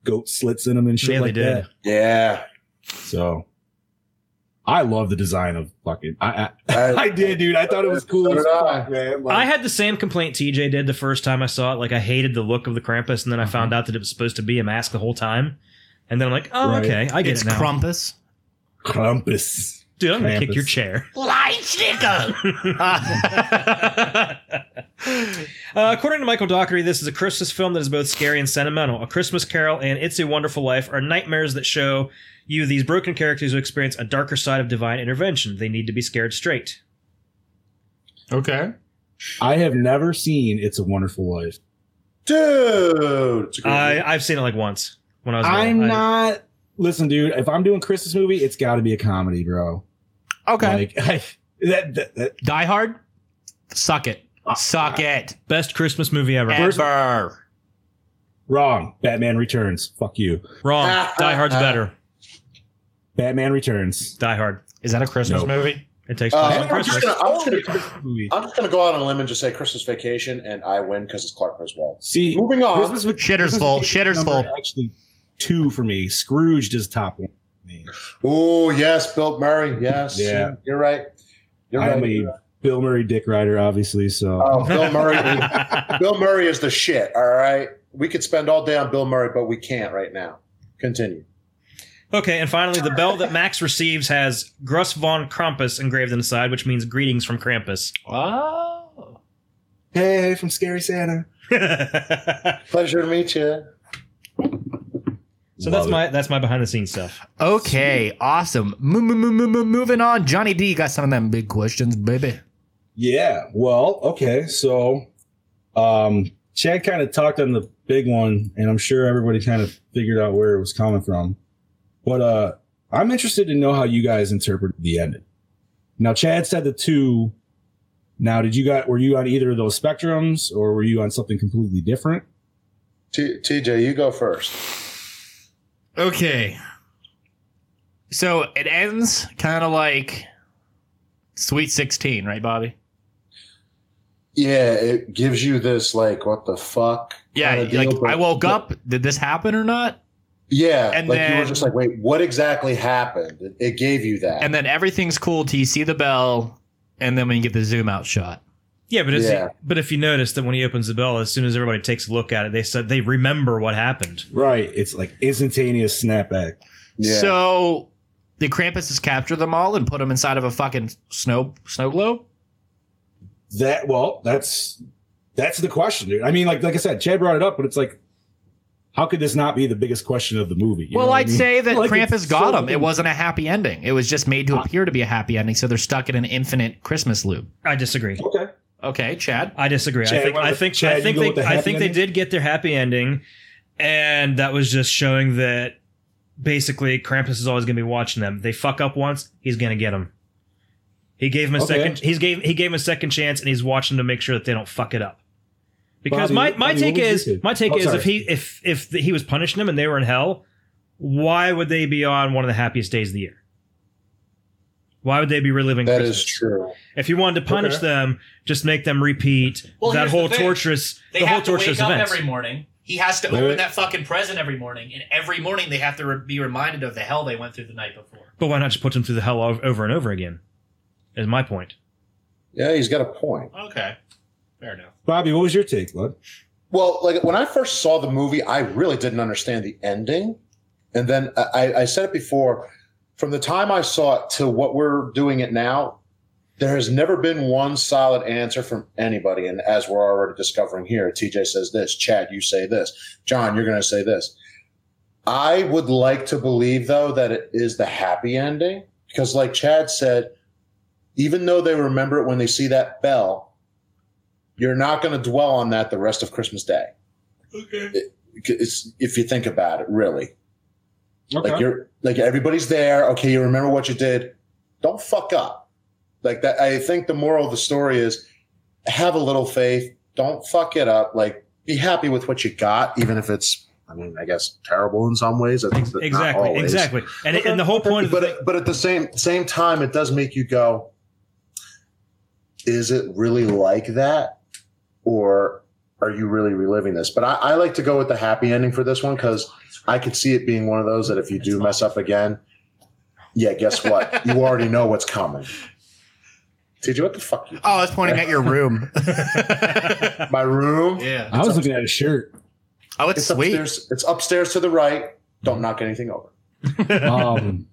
goat slits in them and shit Yeah, they like did. that. Yeah, So I love the design of fucking. I I, I- (laughs) I did, dude. I thought it was cool So as did I. fuck, man. Like, I had the same complaint TJ did the first time I saw it. Like I hated the look of the Krampus, and then Uh-huh. I found out that it was supposed to be a mask the whole time. And then I'm like, oh, Right. okay, I get it's it now. (laughs) Crumpus. Krampus. Dude, I'm gonna Krampus. kick your chair. (laughs) Uh, according to Michael Dougherty, this is a Christmas film that is both scary and sentimental. A Christmas Carol and It's a Wonderful Life are nightmares that show you these broken characters who experience a darker side of divine intervention. They need to be scared straight. Okay. I have never seen It's a Wonderful Life. dude. It's a great I, movie. I've seen it like once when I was. little. I'm I- not. Listen, dude. If I'm doing Christmas movie, it's got to be a comedy, bro. Okay. Like (laughs) I, that, that, that Die Hard. Suck it. Suck it. best Christmas movie ever. Ever. wrong. Batman Returns. Fuck you. Wrong. Die Uh, Hard's better. Batman Returns. Die Hard. Is that a Christmas No. movie? It takes Uh, place on I'm, just Christmas. gonna, I'm, just gonna, Movie. I'm just gonna go out on a limb and just say Christmas Vacation, and I win because it's Clark Griswold. See, Moving on. Christmas with Shitter's Christmas full. with Shitter's number full. Actually, two for me. Scrooged is top one. for me. Oh yes, Bill Murray. Yes, Yeah. you're right. You're I am right. a Bill Murray dick rider, obviously. So Oh, (laughs) Bill Murray. Bill Murray is the shit. All right, we could spend all day on Bill Murray, but we can't right now. Continue. Okay, and finally, the bell that Max receives has Gruss von Krampus engraved inside, which means greetings from Krampus. (laughs) Oh. hey, from Scary Santa. so Pleasure to meet you. So that's my that's my behind the scenes stuff. Okay, awesome. Mo- mo- mo- mo- mo- Moving on, Johnny D you got some of them big questions, baby. Yeah. Well, okay. So, um, Chad kind of talked on the big one, and I'm sure everybody kind of figured out where it was coming from. But uh, I'm interested to know how you guys interpreted the ending. Now, Chad said the two. Now, did you got were you on either of those spectrums, or were you on something completely different? T- TJ, you go first. Okay. So it ends kind of like Sweet 16, right, Bobby? Yeah, it gives you this like what the fuck. Yeah, kinda deal, like but- I woke up. Did this happen or not? Yeah, and like you then- were just like, wait, what exactly happened? It, it gave you that. And then everything's cool till you see the bell, and then when you get the zoom out shot. Yeah, but it's, Yeah. but if you notice that when he opens the bell, as soon as everybody takes a look at it, they said they remember what happened. Right. It's like instantaneous snapback. So the Krampus has captured them all and put them inside of a fucking snow snow globe. That well, that's that's the question, dude. I mean, like like I said, Chad brought it up, but it's like, how could this not be the biggest question of the movie? You know well, what I I'd mean? say that Like, it's Krampus got so- Ah. them. It wasn't a happy ending. It was just made to appear to be a happy ending, so they're stuck in an infinite Christmas loop. I disagree. Okay. Okay, Chad. I disagree. Chad, I think why I would- think Chad, I think you go they with the I happy think they ending? did get their happy ending, and that was just showing that basically Krampus is always going to be watching them. They fuck up once, he's going to get them. He gave him a Okay. second. He's gave he gave him a second chance, and he's watching to make sure that they don't fuck it up. Because Bobby, my, my Bobby, take what would you is do? my take Oh, is sorry. if he if if he was punishing them and they were in hell, why would they be on one of the happiest days of the year? Why would they be reliving? That Christmas? is true. If you wanted to punish Okay. them, just make them repeat Well, that here's the whole thing. torturous, They the whole have to torturous wake up event. every morning. He has to Wait, open wait. that fucking present every morning, and every morning they have to re- be reminded of the hell they went through the night before. But why not just put them through the hell o- over and over again? Is my point. Yeah, he's got a point. Okay, fair enough. Bobby, what was your take, bud? Well, like when I first saw the movie, I really didn't understand the ending. And then I- I, I said it before from the time I saw it to what we're doing it now, there has never been one solid answer from anybody. And as we're already discovering here, TJ says this, Chad, you say this, John, you're going to say this. I would like to believe, though, that it is the happy ending because, like Chad said, even though they remember it when they see that bell, you're not going to dwell on that the rest of Christmas Day. Okay. It's, if you think about it, really. Like Okay. you're like everybody's there. Okay, you remember what you did. Don't fuck up. Like that. I think the moral of the story is have a little faith. Don't fuck it up. Like be happy with what you got, even if it's. I mean, I guess terrible in some ways. I think that not Exactly, always. exactly. And, and the whole point of the But but at the same same time, it does make you go. Is it really like that, or are you really reliving this? But I, I like to go with the happy ending for this one because I could see it being one of those that if you do mess up again, yeah, guess what? You already know what's coming. TJ, what the fuck? You Oh, I was pointing at (laughs) your room. My room. Yeah, I was looking at a shirt. (laughs) Oh, it's, sweet. Upstairs, it's upstairs to the right. Don't knock anything over. Um,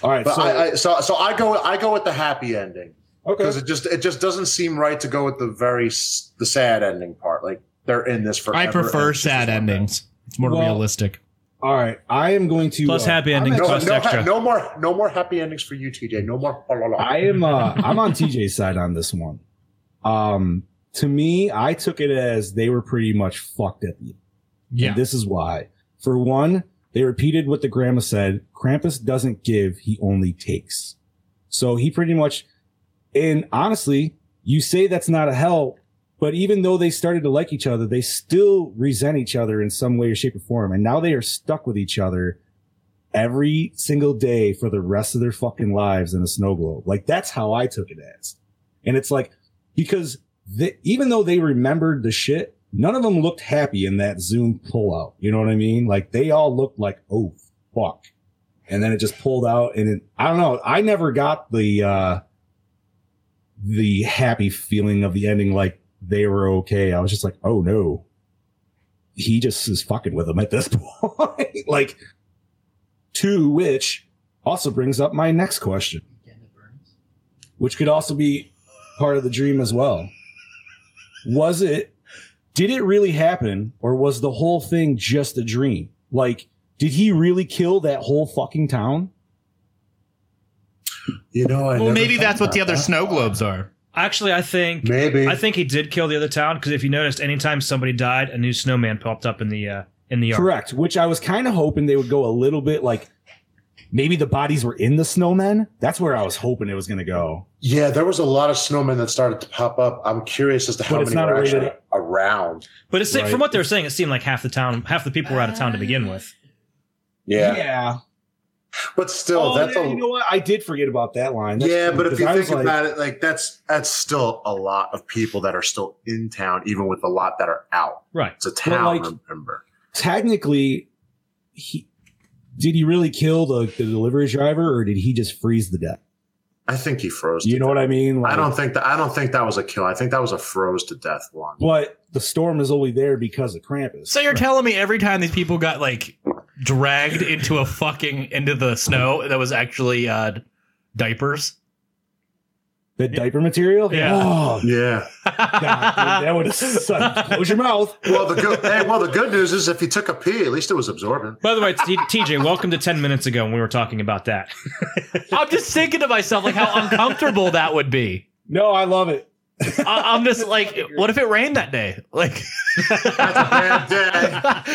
all right. But so, I, I so so I go I go with the happy ending okay. because it just it just doesn't seem right to go with the very s- the sad ending part. Like they're in this forever. I prefer and- sad endings. It's more Well, realistic. All right. I am going to plus uh, happy I'm endings No, cost no, ha- extra. no more no more happy endings for you, TJ. No more. la, la, la. I am uh I'm on TJ's side on this one. Um to me, I took it as they were pretty much fucked at the end. Yeah. And this is why. For one, they repeated what the grandma said, Krampus doesn't give, he only takes. So he pretty much and honestly, you say that's not a hell, but even though they started to like each other, they still resent each other in some way or shape or form. And now they are stuck with each other every single day for the rest of their fucking lives in a snow globe. Like that's how I took it as. And it's like, because the, even though they remembered the shit, none of them looked happy in that Zoom pullout. You know what I mean? Like they all looked like, oh, fuck. And then it just pulled out and it, I don't know. I never got the, uh, the happy feeling of the ending, like they were okay. I was just like, oh no, he just is fucking with them at this (laughs) point. like, to which also brings up my next question, which could also be part of the dream as well. Was it, did it really happen or was the whole thing just a dream? Like, Did he really kill that whole fucking town? You know, I well, maybe that's what (laughs) the other snow globes are. Actually, I think Maybe. I think he did kill the other town because if you noticed, anytime somebody died, a new snowman popped up in the uh, in the yard. Correct. Which I was kind of hoping they would go a little bit like maybe the bodies were in the snowmen. That's where I was hoping it was going to go. Yeah, there was a lot of snowmen that started to pop up. I'm curious as to how But it's many not were a rated- actually around. But it's, Right. from what they were saying, it seemed like half the town, half the people were out of town to begin with. Yeah. Yeah. But still, Oh, that's yeah, a you know what? I did forget about that line. That's yeah. true, But if because you I think was like- about it, like that's that's still a lot of people that are still in town, even with a lot that are out. Right. It's a Well, town. like- remember? technically he did he really kill the, the delivery driver or did he just freeze the death I think he froze. you know what i mean I Like, don't think that. I don't think that was a kill. I think that was a froze to death one. but the storm is only there because of krampus So you're telling me every time these people got like dragged into a fucking into the snow that was actually uh, diapers? the diaper material Yeah. oh Yeah. God, (laughs) dude, that would have sucked close your mouth Well, the good. hey, well, the good news is if he took a pee, at least it was absorbent. By the way, T- TJ, welcome to ten minutes ago when we were talking about that. I'm just thinking to myself like how uncomfortable that would be. no i love it I, I'm just like, what if it rained that day? Like, (laughs)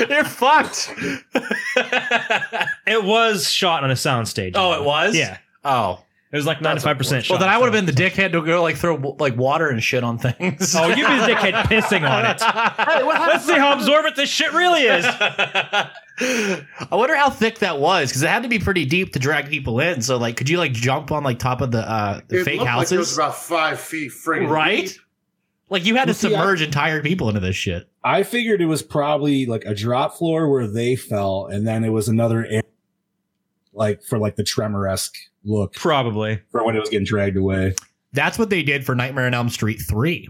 you're fucked. It was shot on a soundstage. Oh, it was. Yeah, Oh. it was like ninety five percent Well, shot. then I would have been the dickhead to go like throw like water and shit on things. oh, you'd be the (laughs) dickhead pissing on it. Hey, what Let's see how absorbent this shit really (laughs) is. I wonder how thick that was because it had to be pretty deep to drag people in. So, like, could you like jump on like top of the, uh, the It fake looked Like it was houses, about five feet friggin' right? Like, you had to Well, see, I- submerge entire people into this shit. i figured it was probably like a drop floor where they fell and then it was another air like for like the tremor-esque look Probably. for when it was getting dragged away That's what they did for Nightmare on Elm Street three.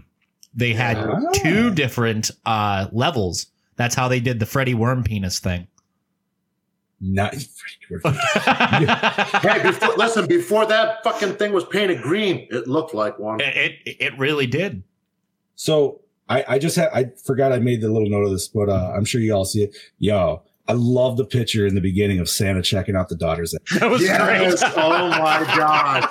They had Yeah. Oh. two different uh, levels. That's how they did the Freddy worm penis thing. (laughs) not it, Hey, before, listen, before that fucking thing was painted green, it looked like one. it it really did. So I, I just had, I forgot I made the little note of this, but uh, I'm sure you all see it. Yo, I love the picture in the beginning of Santa checking out the daughters. That was great. Yes, (laughs) oh my god!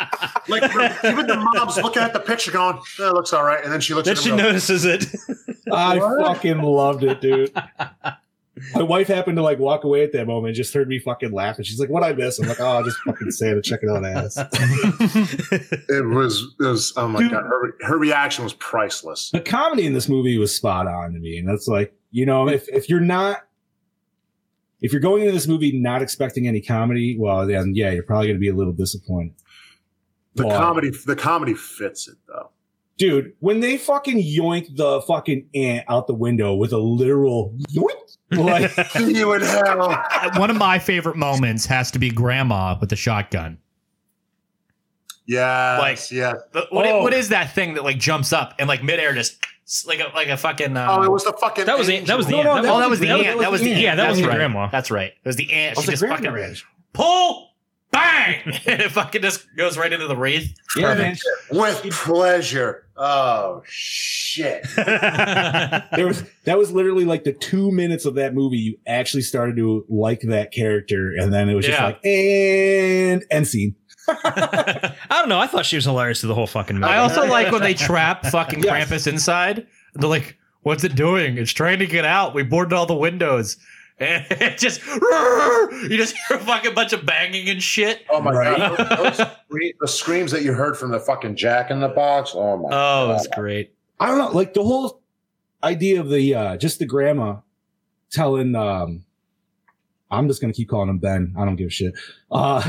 (laughs) Like even the mom's looking at the picture, going, "That looks all right," and then she looks Then at she him. and goes, notices it. I What? fucking loved it, dude. My wife happened to like walk away at that moment, and just heard me fucking laugh, and she's like, "What I miss?" I'm like, "Oh, just fucking Santa checking out ass." It was, it was. Oh my god, her, her reaction was priceless. the comedy in this movie was spot on to me. And that's like, you know, if, if you're not, if you're going into this movie not expecting any comedy, well, then yeah, you're probably going to be a little disappointed. The Wow. comedy, the comedy fits it though. Dude, when they fucking yoinked the fucking ant out the window with a literal (laughs) yoink, like, See you in hell. (laughs) One of my favorite moments has to be Grandma with the shotgun. Yes, Like- yes. But what, Oh. what is that thing that like jumps up and like midair just like a like a fucking? Uh, Oh, it was the fucking. Um, That was the, that was the No, end. (laughs) (laughs) no, oh, that was the that ant. That was the ant. yeah. That was That's the right. grandma. That's right. It was the ant. What's she the just grandma fucking ranch? pull, (laughs) bang, (laughs) and it fucking just goes right into the wreath. yeah, man. with pleasure. Oh shit! There was, that was literally like the two minutes of that movie you actually started to like that character. And then it was just Yeah. like, and end scene. I don't know. I thought she was hilarious through the whole fucking movie. I also like when they trap fucking Yes. Krampus inside. They're like, "What's it doing? It's trying to get out. We boarded all the windows." (laughs) And it just (laughs) you just hear a fucking bunch of banging and shit. Oh my Right. god! Those scre- the screams that you heard from the fucking Jack in the Box. Oh my! Oh, it's great. I don't know, like the whole idea of the uh just the grandma telling um I'm just gonna keep calling him Ben. I don't give a shit. Uh (laughs)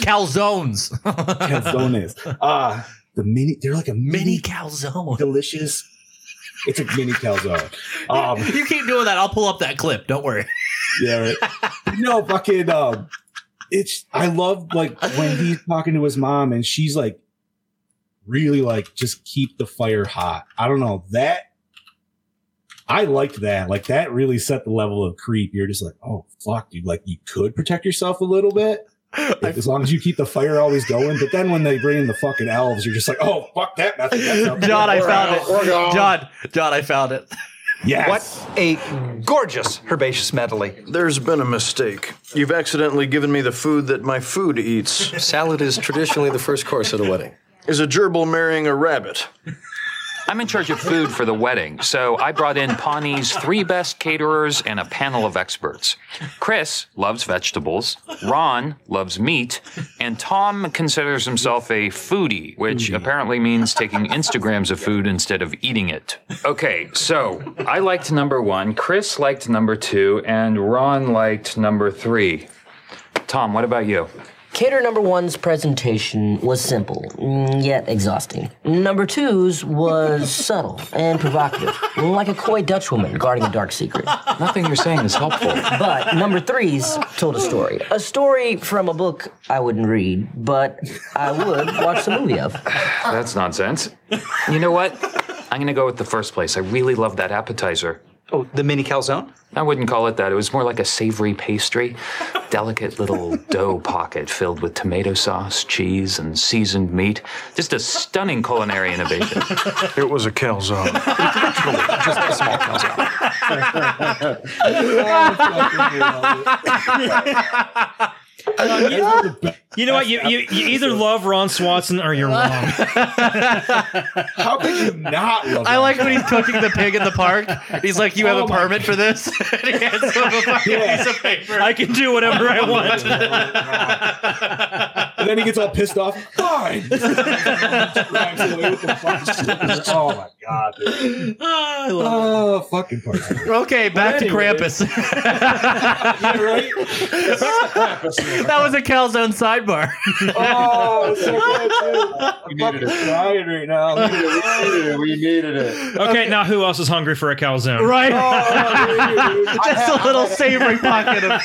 calzones. calzones. Uh the mini they're like a (laughs) Mini mini calzone. delicious. It's a mini calzone. Um you keep doing that. I'll pull up that clip. Don't worry. yeah, right. (laughs) No fucking um it's I love like when he's talking to his mom and she's like really like just keep the fire hot. I don't know that I liked that. Like that really set the level of creep. You're just like, oh fuck, dude. Like you could protect yourself a little (laughs) bit if- as long as you keep the fire always going. But then when they bring in the fucking elves, you're just like, oh fuck that method. That's not- John, I We're found out. We're it. gone. John, John, I found it. (laughs) Yes. What a gorgeous herbaceous medley. There's been a mistake. You've accidentally given me the food that my food eats. Salad is traditionally the first course at a wedding. Is a gerbil marrying a rabbit? I'm in charge of food for the wedding, so I brought in Pawnee's three best caterers and a panel of experts. Chris loves vegetables, Ron loves meat, and Tom considers himself a foodie, which apparently means taking Instagrams of food instead of eating it. Okay, so I liked number one, Chris liked number two, and Ron liked number three. Tom, what about you? Cater number one's presentation was simple, mm, yet exhausting. Number two's was Oh. subtle and provocative, like a coy Dutch woman guarding a dark secret. Nothing you're saying is helpful. But number three's told a story. A story from a book I wouldn't read, but I would watch the movie of. That's nonsense. You know what? I'm going to go with the first place. I really love that appetizer. Oh, the mini calzone? I wouldn't call it that. It was more like a savory pastry. Delicate little dough pocket filled with tomato sauce, cheese, and seasoned meat. Just a stunning culinary innovation. It was a calzone. Just a small calzone. Oh, (laughs) You know what? You, you, you either love Ron Swanson or you're wrong. How could you not love (laughs) I (laughs) like when he's cooking the pig in the park. He's like, "You have a permit for this?" (laughs) And he hands him a fucking piece of paper. I can do whatever I want. (laughs) And then he gets all pissed off. (laughs) Fine. oh my god, dude. oh, fucking part. (laughs) Okay, back to Krampus. (laughs) that was a calzone sidebar. Oh, it's so good, dude. I'm fucking crying right now. We needed it. We needed it. We needed it. Okay, now who else is hungry for a calzone? Right. Oh, dude. I (laughs) Just had- a little savory pocket of.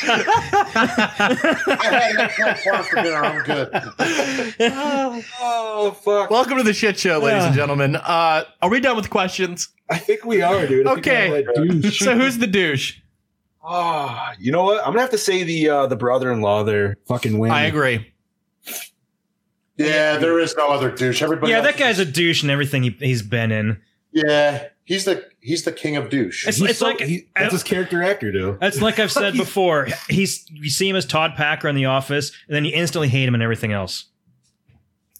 I'm good. (laughs) oh fuck! Welcome to the shit show, ladies and gentlemen. Uh, are we done with questions? I think we are, dude. I think I'm Okay. like, douche. So who's the douche? Ah, you know what? I'm gonna have to say the uh, the brother-in-law there fucking win. I agree. Yeah, there is no other douche. Everybody. yeah, else- that guy's a douche in everything he, he's been in. yeah, he's the he's the king of douche. It's, He's it's so- like he- that's his character actor, dude. That's like I've (laughs) said before. He's you see him as Todd Packer in The Office, and then you instantly hate him and everything else.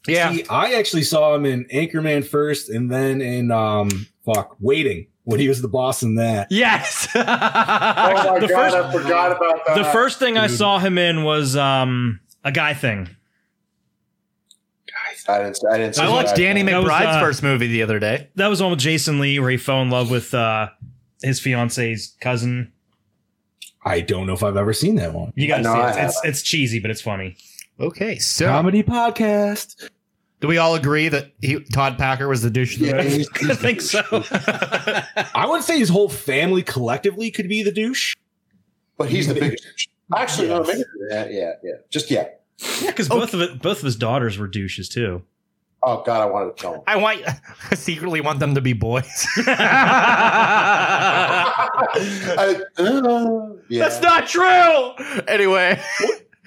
Yeah. See, I actually saw him in Anchorman first, and then in um, fuck, Waiting when he was the boss in that. Yes. (laughs) oh my the god, first- I forgot about that. the first thing I dude. saw him in was um, a guy thing. I didn't. I didn't. See I watched that. Danny That was, McBride's uh, first movie the other day. That was on with Jason Lee, where he fell in love with uh, his fiance's cousin. I don't know if I've ever seen that one. You gotta No, see I it. It's, it's cheesy, but it's funny. Okay, so Comedy podcast. do we all agree that he, Todd Packer was the douche? of the Yeah, movie? he's, (laughs) I think (laughs) so. I would say his whole family collectively could be the douche. but he's the biggest. douche. Actually, no, maybe. Yeah, yeah, yeah. Just yeah. yeah, because both of it, both of his daughters were douches too. Oh god, I wanted to (laughs) kill him. (laughs) (laughs) I want (laughs) I secretly want them to be boys. (laughs) I- uh, yeah. That's not true. Anyway,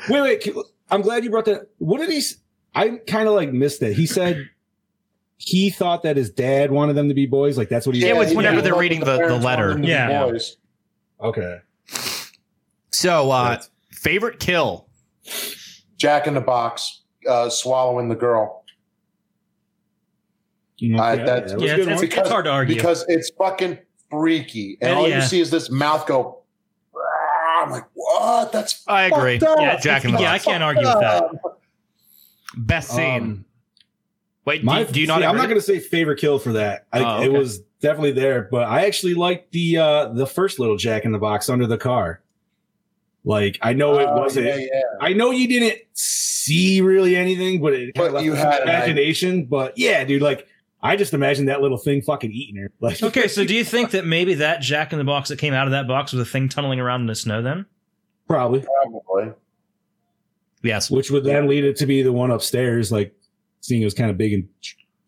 Wait, wait. can- I'm glad you brought that. What did he? s- I kind of like missed it. He said he thought that his dad wanted them to be boys. Like that's what he. It was he- whenever he they're wanted reading the- the parents letter. wanted to be Yeah. boys. Okay. so uh favorite kill. Jack in the Box, uh, swallowing the girl. I- Okay, that's- that was Yeah, a it's, good it's, one. it's hard to argue. because it's fucking freaky, and Yeah, all yeah. you see is this mouth go. "Ah," I'm like, what? That's I agree. fucked up. Yeah, Jack in the yeah, I Box. can't argue with that. Best scene. Um, Wait, my, do, do you not? see, I'm agree? not going to say favorite kill for that. I, Oh, It okay. was definitely there, but I actually liked the uh, the first little Jack in the Box under the car. Like I know it Oh, wasn't. yeah, yeah. I know you didn't see really anything, but it But you had an imagination. But yeah, dude, like I just imagined that little thing fucking eating her. (laughs) Like (laughs) Okay, so do you think that maybe that Jack in the Box that came out of that box was a thing tunneling around in the snow? Then probably, Probably. Yes. which would then lead it to be the one upstairs. Like seeing it was kind of big and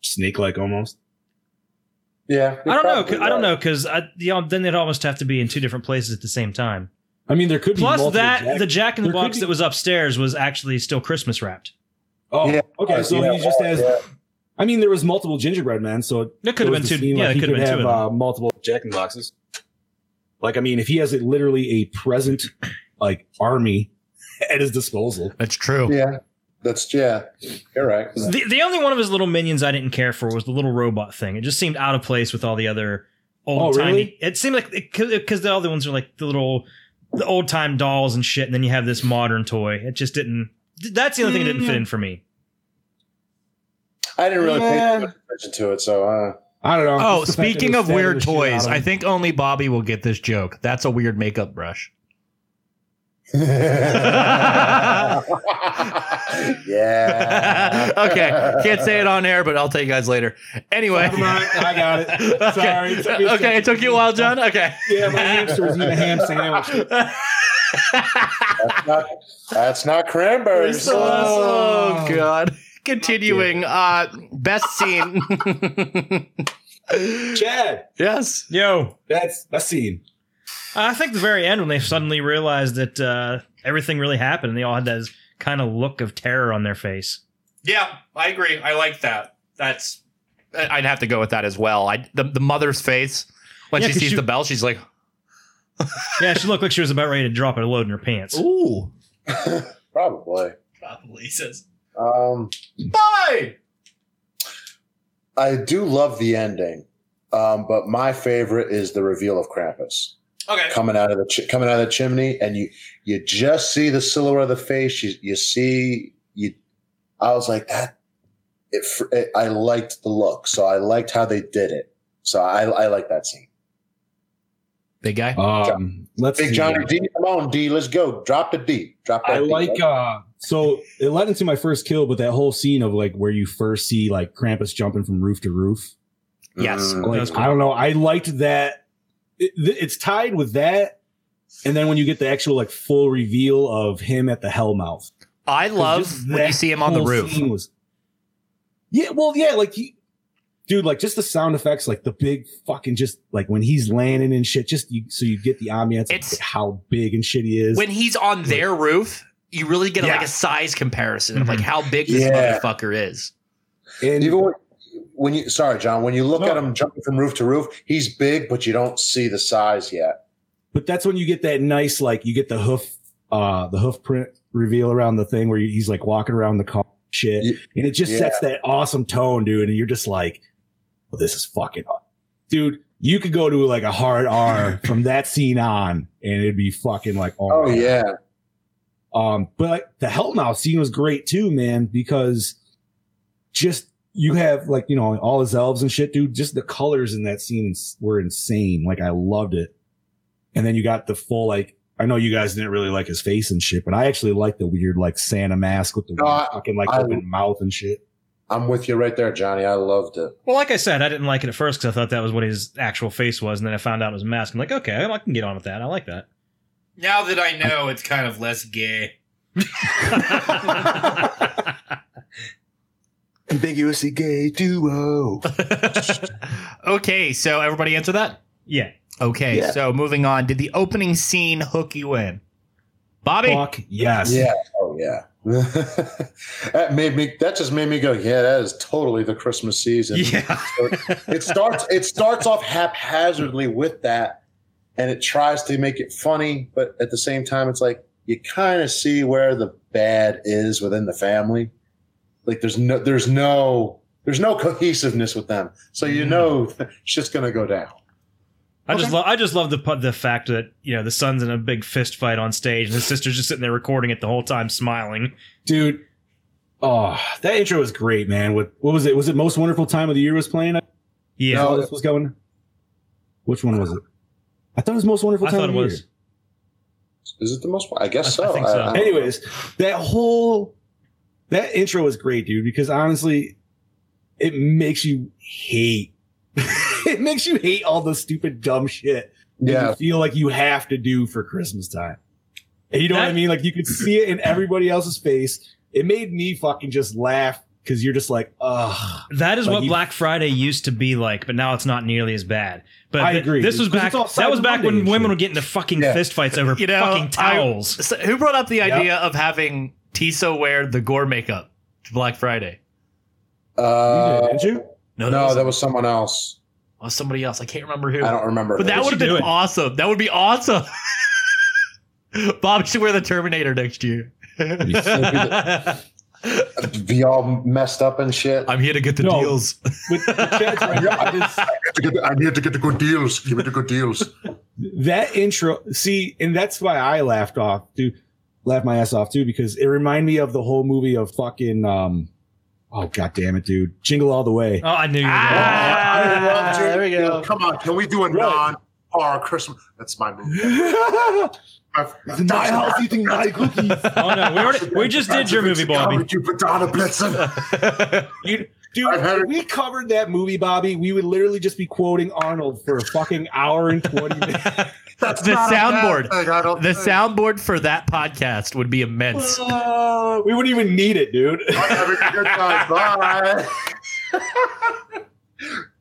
snake like almost. Yeah. I don't know. 'cause- probably I don't right. know because you know, then they'd almost have to be in two different places at the same time. I mean, there could be Plus multiple that the Jack in the there could Box be- that was upstairs was actually still Christmas wrapped. Oh, Yeah. okay. So Yeah, he just yeah, has yeah. I mean, there was multiple gingerbread men, so It could have was been the two- scene, yeah, like, it he could have been two have of them. uh, multiple Jack and boxes. Like, I mean, if he has a, literally a present like army (laughs) at his disposal, that's true. Yeah, that's yeah. You're right. The, the only one of his little minions I didn't care for was the little robot thing. It just seemed out of place with all the other old Oh, timey. really? It seemed like because the other ones are like the little the old time dolls and shit, and then you have this modern toy. It just didn't. That's the only thing that didn't fit in for me. I didn't really Yeah. pay too much attention to it, so (laughs) uh, (laughs) I don't know. Oh, speaking of weird toys, I think only Bobby will get this joke. That's a weird makeup brush. yeah. (laughs) okay, can't say it on air, but I'll tell you guys later. Anyway, Never mind, I got (laughs) it. (laughs) Okay. Sorry, it took me a okay, it took you a while, John. Okay, yeah, my hamsters eat a ham sandwich. that's not, that's not cranberry uh, sauce. Oh, God. Continuing, uh, best (laughs) scene. Chad. Yes. Yo. That's that scene. I think the very end when they suddenly realized that uh, everything really happened, and they all had that kind of look of terror on their face. yeah, I agree. I like that. That's. I- I'd have to go with that as well. I the, the mother's face when Yeah, she 'cause sees you- the bell, she's like, Yeah, she looked like she was about ready to drop a load in her pants. "Ooh, Probably. Probably says Um, bye. I do love the ending, um, but my favorite is the reveal of Krampus. Okay. coming out of the chi- coming out of the chimney, and you you just see the silhouette of the face. You you see you. I was like that. It, fr- it I liked the look, so I liked how they did it. So I I like that scene. big guy." Um, let's Big see. Johnny D, come on D, let's go. Drop the D. Drop that I D. like uh so it led into my first kill, but that whole scene of like where you first see like Krampus jumping from roof to roof. Mm. Yes. Like, That's I don't know. I liked that. It, th- it's tied with that, and then when you get the actual like full reveal of him at the Hellmouth, 'Cause I just love when you that see him on the whole roof. scene was- yeah, well, yeah, like he, dude, like just the sound effects, like the big fucking just like when he's landing and shit, just you, so you get the ambiance, It's- of how big and shit he is. When he's on their roof, you really get like a Yes. size comparison of like how big this Mm-hmm. Yeah. motherfucker is. and even when, when you sorry John, when you look at him jumping from roof to roof, he's big, but you don't see the size yet. but that's when you get that nice like you get the hoof uh the hoof print reveal around the thing where you, he's like walking around the car and shit and it just Yeah. sets that awesome tone dude and you're just like well, this is fucking dude you could go to like a hard (laughs) r from that scene on and it'd be fucking like Oh my God. yeah, Um, but like, the Hellmouth scene was great too, man, because just you have like, you know, all his elves and shit, dude. Just the colors in that scene is- were insane. Like, I loved it. And then you got the full, like, I know you guys didn't really like his face and shit, but I actually like the weird, like, Santa mask with the No, I- fucking, like, I- open mouth and shit. I'm with you right there, Johnny. I loved it. Well, like I said, I didn't like it at first because I thought that was what his actual face was, and then I found out it was a mask. I'm like, okay, I can get on with that. I (laughs) like that. Now that I know, it's kind of less gay. Ambiguously gay duo. (laughs) Okay, so everybody answer that. Yeah. Okay, Yeah. so moving on. Did the opening scene hook you in, Bobby? Fuck yes. Yeah. Oh yeah. (laughs) that made me. That just made me go. Yeah, that is totally the Christmas (laughs) season. Yeah. it starts. It starts off haphazardly with that, and it tries to make it funny, but at the same time, it's like you kind of see where the bad is within the family. Like there's no. There's no. There's no cohesiveness with them, so you know (laughs) shit's gonna go down. I just love I just love the pu- the fact that you know the son's in a big fist fight on stage and his sister's just sitting there recording it the whole time smiling. Dude. Oh, that intro was great, man. What, what was it? Was it most wonderful time of the year was playing? Yeah, No, this was going. Which one was it? I thought it was most wonderful I time thought of it the was. year. Is it the most? I guess I- I so. think so. Anyways, that whole that intro was great, dude. Because honestly, it makes you hate. (laughs) it makes you hate all the stupid dumb shit. that Yeah. you feel like you have to do for Christmas time. And you know what I mean? Like you could see it in everybody else's face. It made me fucking just laugh because you're just like, ugh. That is Like what you- Black Friday used to be like, but now it's not nearly as bad. But I th- agree, This was because back. it's all That was Cyber back Monday when and women shit. would get into fucking Yeah. fistfights over (laughs) You know, fucking I- towels. (laughs) so who brought up the Yep. idea of having Tisa wear the gore makeup to Black Friday? Uh, did you? No, that, was, someone else. Oh, somebody else. I can't remember who. I don't remember. But that What would have you been doing? awesome. That would be awesome. (laughs) Bob should wear the Terminator next year. Be all messed up and shit. (laughs) (laughs) I'm here to get the deals. I'm here to get the good deals. Give me the good deals. that intro see and that's why i laughed off dude laughed my ass off too because it reminded me of the whole movie of fucking um oh god damn it dude jingle all the way (laughs) Oh, I knew you. Were Ah! I love Jane Goodall. Come on, can we do a non horror Christmas? That's my movie. my house eating (laughs) my cookies. oh no, we already we just did your movie, Bobby. You put Donna (laughs) Blitzen. you, dude if we covered that movie bobby we would literally just be quoting arnold for a fucking hour and (laughs) 20 minutes the soundboard. The soundboard for that podcast would be immense. Uh, we wouldn't even need it dude Having a good time. (laughs) Bye.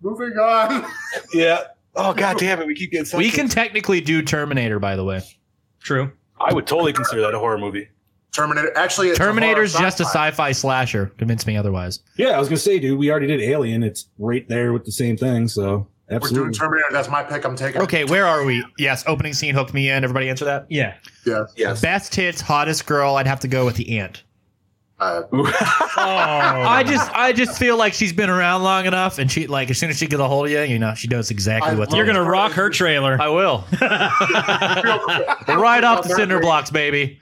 Moving on. (laughs) yeah oh god damn it we keep getting such We can technically do Terminator, by the way. True. i would totally consider that a horror movie Terminator. Actually, it's a Terminator's horror just a sci-fi slasher. Convince me otherwise. yeah i was gonna say dude we already did alien it's right there with the same thing so We're doing absolutely Terminator. That's my pick. I'm taking. Okay, where are we? Yes, opening scene hooked me in. Everybody answer that. Yeah. Yeah. Yes. Best hits, hottest girl. I'd have to go with the (laughs) ant. Uh, Oh. I just, I just feel like she's been around long enough, and she like as soon as she gets a hold of you, you know, she knows exactly what You're gonna rock her trailer. (laughs) I will. (laughs) right off the cinder (laughs) blocks, baby.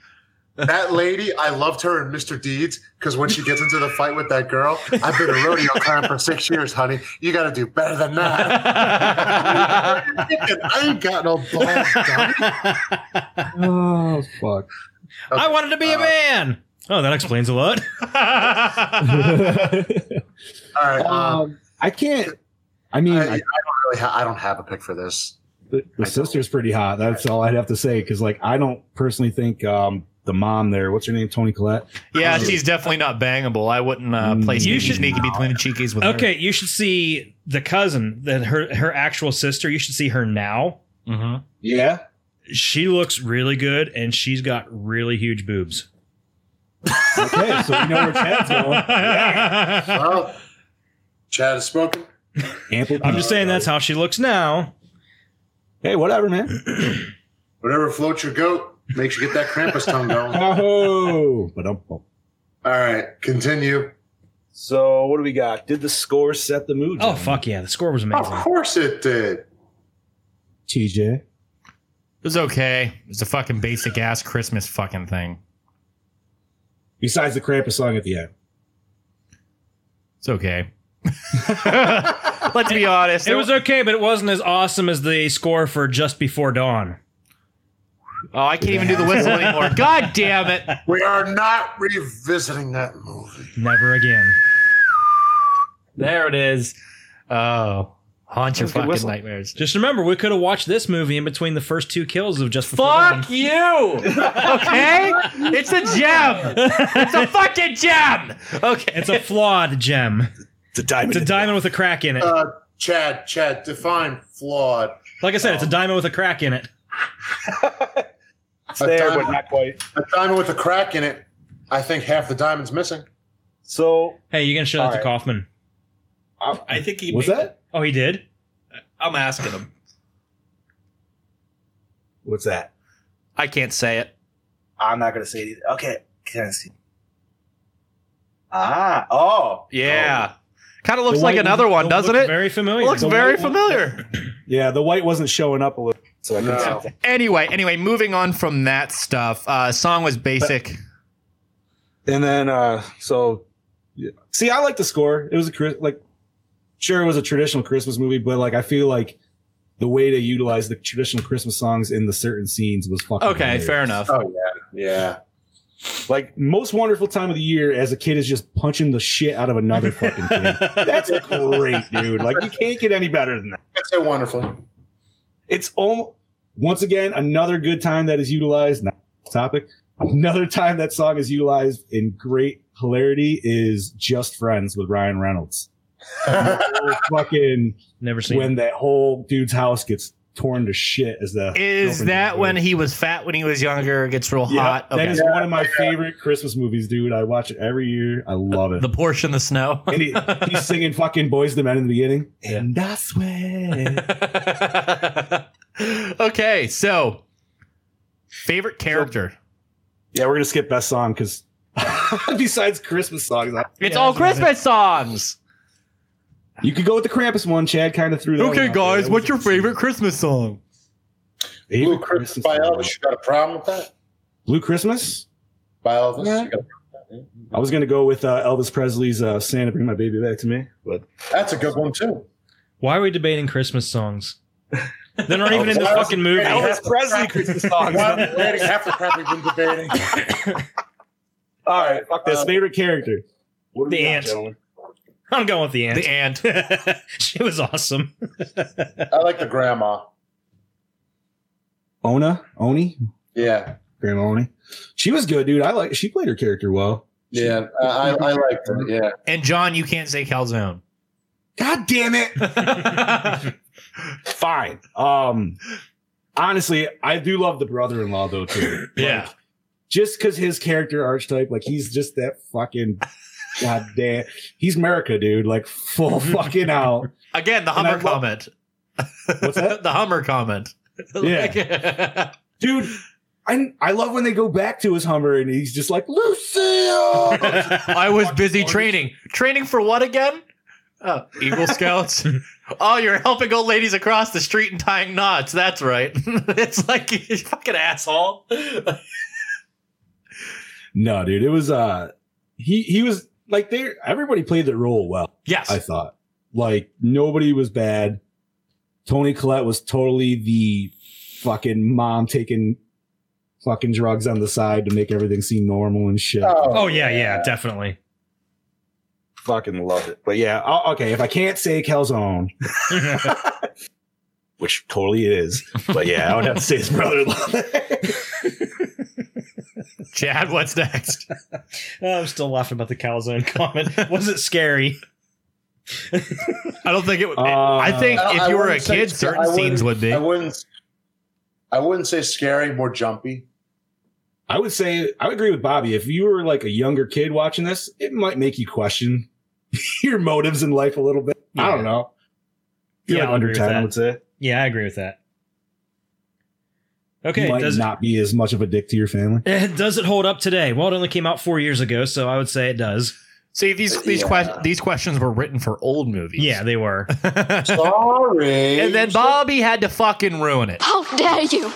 That lady, I loved her in Mr. Deeds because when she gets into the fight with that girl, I've been a rodeo clown for six years, honey. You got to do better than (laughs) that. I ain't got no balls. Donnie. oh fuck I wanted to be a man. Oh, that explains a (laughs) lot. All right. Um, (laughs) Um, I can't. I mean, I, I I- don't really. Ha- I don't have a pick for this. the, the sister's pretty hot. That's all I'd have to say. Because like, I don't personally think um, the mom there. What's her name? Tony Collette. Yeah, she's definitely not bangable. I wouldn't uh, Mm. play You sneaky, should- sneaky between the cheekies with her. Okay, you should see the cousin, that her her actual sister. You should see her now. Mm-hmm. Yeah. She looks really good, and she's got really huge boobs. (laughs) Okay, so we know where Chad's going. (laughs) (laughs) Well, Chad is smoking. Ample- I'm just saying that's how she looks now. Hey, whatever, man. Whatever floats your goat makes you get that Krampus tongue going. All Oh, but um. right, continue. So what do we got? Did the score set the mood? Oh John? fuck yeah, the score was Of amazing. course it did. TJ. It was okay. It was a fucking basic ass Christmas fucking thing. Besides the Krampus song at the end. It's (laughs) okay. Let's be honest. It was okay, but it wasn't as awesome as the score for Just Before Dawn. Oh, I can't even do the whistle anymore. God damn it. We are not revisiting that movie. Never again. There it is. Oh, That was haunt your a good fucking whistle. nightmares. Just remember, we could have watched this movie in between the first two kills of Just Before Dawn. Fuck you. Okay? It's a gem. (laughs) It's a fucking gem. Okay. It's a flawed gem. It's a It's diamond. a diamond with a crack in it. Uh, Chad, Chad, define flawed. Like I said, it's a diamond with a crack in it. It's there, diamond. but not quite. A diamond with a crack in it. I think half the diamond's missing. So Hey, you gonna show that All to right. Kaufman? I think he was that? Oh, he did. I'm asking him. What's that? I can't say it. I'm not gonna say it. Either. Okay, can I see? Uh-huh. Ah, oh, Yeah. Kind of looks The like white- another one, Look- doesn't look it? Very familiar. looks The very white one. familiar. yeah. The white wasn't showing up a little, so I couldn't No. Anyway, anyway, moving on from that stuff. Uh, song was basic. And then uh so yeah. see I like the score. It was a Chris- like sure it was a traditional Christmas movie, but like I feel like the way to utilize the traditional Christmas songs in the certain scenes was fucking Okay, hilarious. (laughs) fair enough. Oh yeah, yeah. Like most wonderful time of the year as a kid is just punching the shit out of another fucking (laughs) thing. That's great, dude. Like you can't get any better than that. That's so wonderful. It's almost once again another good time that is utilized. Not topic. Another time that song is utilized in great hilarity is "Just Friends" with Ryan (laughs) Reynolds. fucking Never seen. when that whole dude's house gets torn to shit as the Is that when he was fat when he was younger? Gets real Yeah, hot. That is one of my favorite Christmas movies, dude. I watch it every year. I love it. The Porsche in the snow. and he, he's singing fucking Boys the Men in the beginning. And that's (laughs) when okay, so favorite character. Yeah, we're gonna skip best song because (laughs) besides Christmas songs, I- It's all Christmas songs. You could go with the Krampus one. Chad kind of threw that. Okay, one out there. guys, That was- what's your favorite Christmas song? Blue Christmas by Elvis. You got a problem with that? Blue Christmas? By Elvis. You got a- I was gonna go with uh, Elvis Presley's uh, "Santa Bring My Baby Back to Me," but That's a good one too. Why are we debating Christmas songs? They're (laughs) not even in this Elvis- fucking movie. (laughs) Elvis Presley Christmas Why songs. are we debating half the crap we've been debating? Uh, All right, fuck this. Favorite character? Uh, What do we The got, ant. gentlemen? I'm going with the ant. The ant. (laughs) she was awesome. I like the grandma. Ona, Oni, Yeah, Grandma Oni. She was good, dude. I like. She played her character well. yeah. I, I, I like that. Yeah. And John, you can't say calzone. God damn it. Fine. Um, honestly, I do love the brother-in-law though (laughs) too. Yeah. just because his character archetype, like he's just that (laughs) fucking goddamn. He's America, dude. Like (laughs) full fucking out. Again, the And I Hummer love- comment. What's that? (laughs) the Hummer comment. (laughs) Yeah. dude. I, I love when they go back to his Hummer and he's just like (laughs) Lucille. I was busy training. Training for what again? Oh, (laughs) Eagle Scouts. oh, you're helping old ladies across the street and tying knots. That's right. (laughs) it's like you fucking asshole. (laughs) No, dude, it was uh he he was like they everybody played their role well. Yes. I thought. Like nobody was bad. Tony Collette was totally the fucking mom taking fucking drugs on the side to make everything seem normal and shit. (laughs) Oh, yeah, yeah, definitely. Fucking love it. But yeah, oh, okay, if I can't say (laughs) calzone, which totally it is. But yeah, I would have to say his brother-in-law. (laughs) Chad, what's next? (laughs) I'm still laughing about the calzone (laughs) comment. Was it scary? I don't think it would. I think I- if Uh, I you were a wouldn't say kid, sca- certain I wouldn't- scenes would be. I wouldn't. I wouldn't say scary, more jumpy. I would say I would agree with Bobby. If you were like a younger kid watching this, it might make you question (laughs) your motives in life a little bit. I don't know. If you're Yeah, like I under agree with 10, I that. would say. Yeah, I agree with that. Okay, Okay, might does not be as much of a dick to your family. it, (laughs) does it hold up today? Well, it only came out four years ago, so I would say it does. See, these these, que- these questions were written for old movies. Yeah, they were. Sorry. And then Bobby had to fucking ruin it. (laughs) How dare you?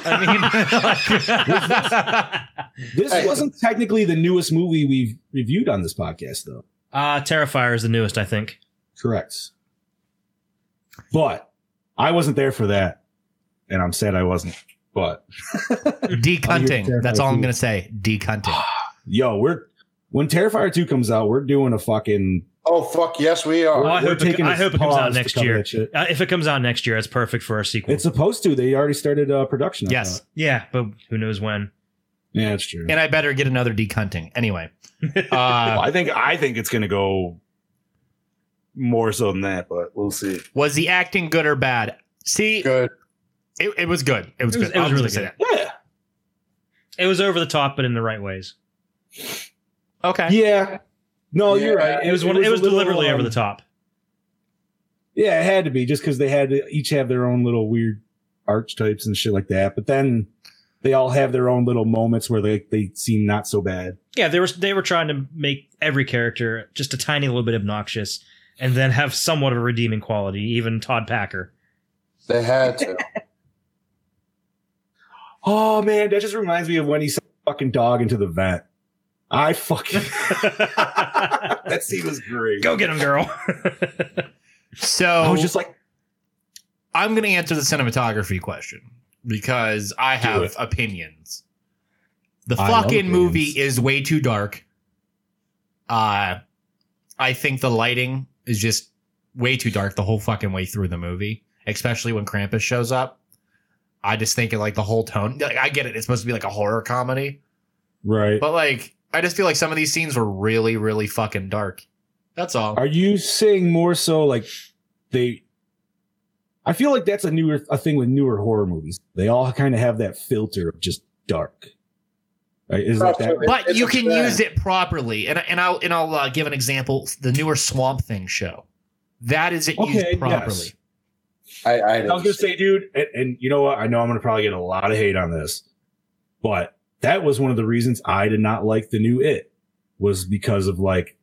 This wasn't technically the newest movie we've reviewed on this podcast, though. Uh, Terrifier is the newest, I think. Correct. But I wasn't there for that, and I'm sad I wasn't. (laughs) But Decunting. That's all I'm going to say. Decunting. yo, we're when Terrifier two comes out, we're doing a fucking Oh fuck! Yes, we are. Well, I We're hope, it, taking I a hope it comes pause out to next cover year. that shit. Uh, if it comes out next year, it's perfect for a sequel. It's supposed to. They already started uh, production. I Yes. thought. yeah, but who knows when? Yeah, that's true. And I better get another decunting. Anyway. Well, Uh, I think I think it's gonna go more so than that, but we'll see. was the acting good or bad? See, good. It, it was good. It was, It was- good. it was I'm really just gonna say It was over the top, but in the right ways. that. Okay. Yeah. No, Oh, you're Yeah, right. It was one, it was, a little, deliberately um, over the top. Yeah, it had to be just because they had to each have their own little weird archetypes and shit like that. But then they all have their own little moments where they they seem not so bad. Yeah, they were they were trying to make every character just a tiny little bit obnoxious, and then have somewhat of a redeeming quality. Even Todd Packer. They had to. Oh man, that just reminds me of when he sent the fucking dog into the vet. I (laughs) fucking (laughs) that scene was great. Go get him, girl. (laughs) So I was just like, I'm going to answer the cinematography question because I have opinions. The I love fucking movie opinions. is way too dark. Uh, I think the lighting is just way too dark the whole fucking way through the movie, especially when Krampus shows up. I just think it like the whole tone. Like, I get it; it's supposed to be like a horror comedy, right. but like I just feel like some of these scenes were really, really fucking dark. That's all. Are you saying more so like they I feel like that's a newer a thing with newer horror movies. They all kind of have that filter of just dark. Right? Is like that? but you can use it properly, and and I'll and I'll uh, give an example: the newer Swamp Thing show. That is it Okay, used properly. yes. I, I, I was gonna say, dude, and, and you know what? I know I'm gonna probably get a lot of hate on this, but that was one of the reasons I did not like the new It was because of like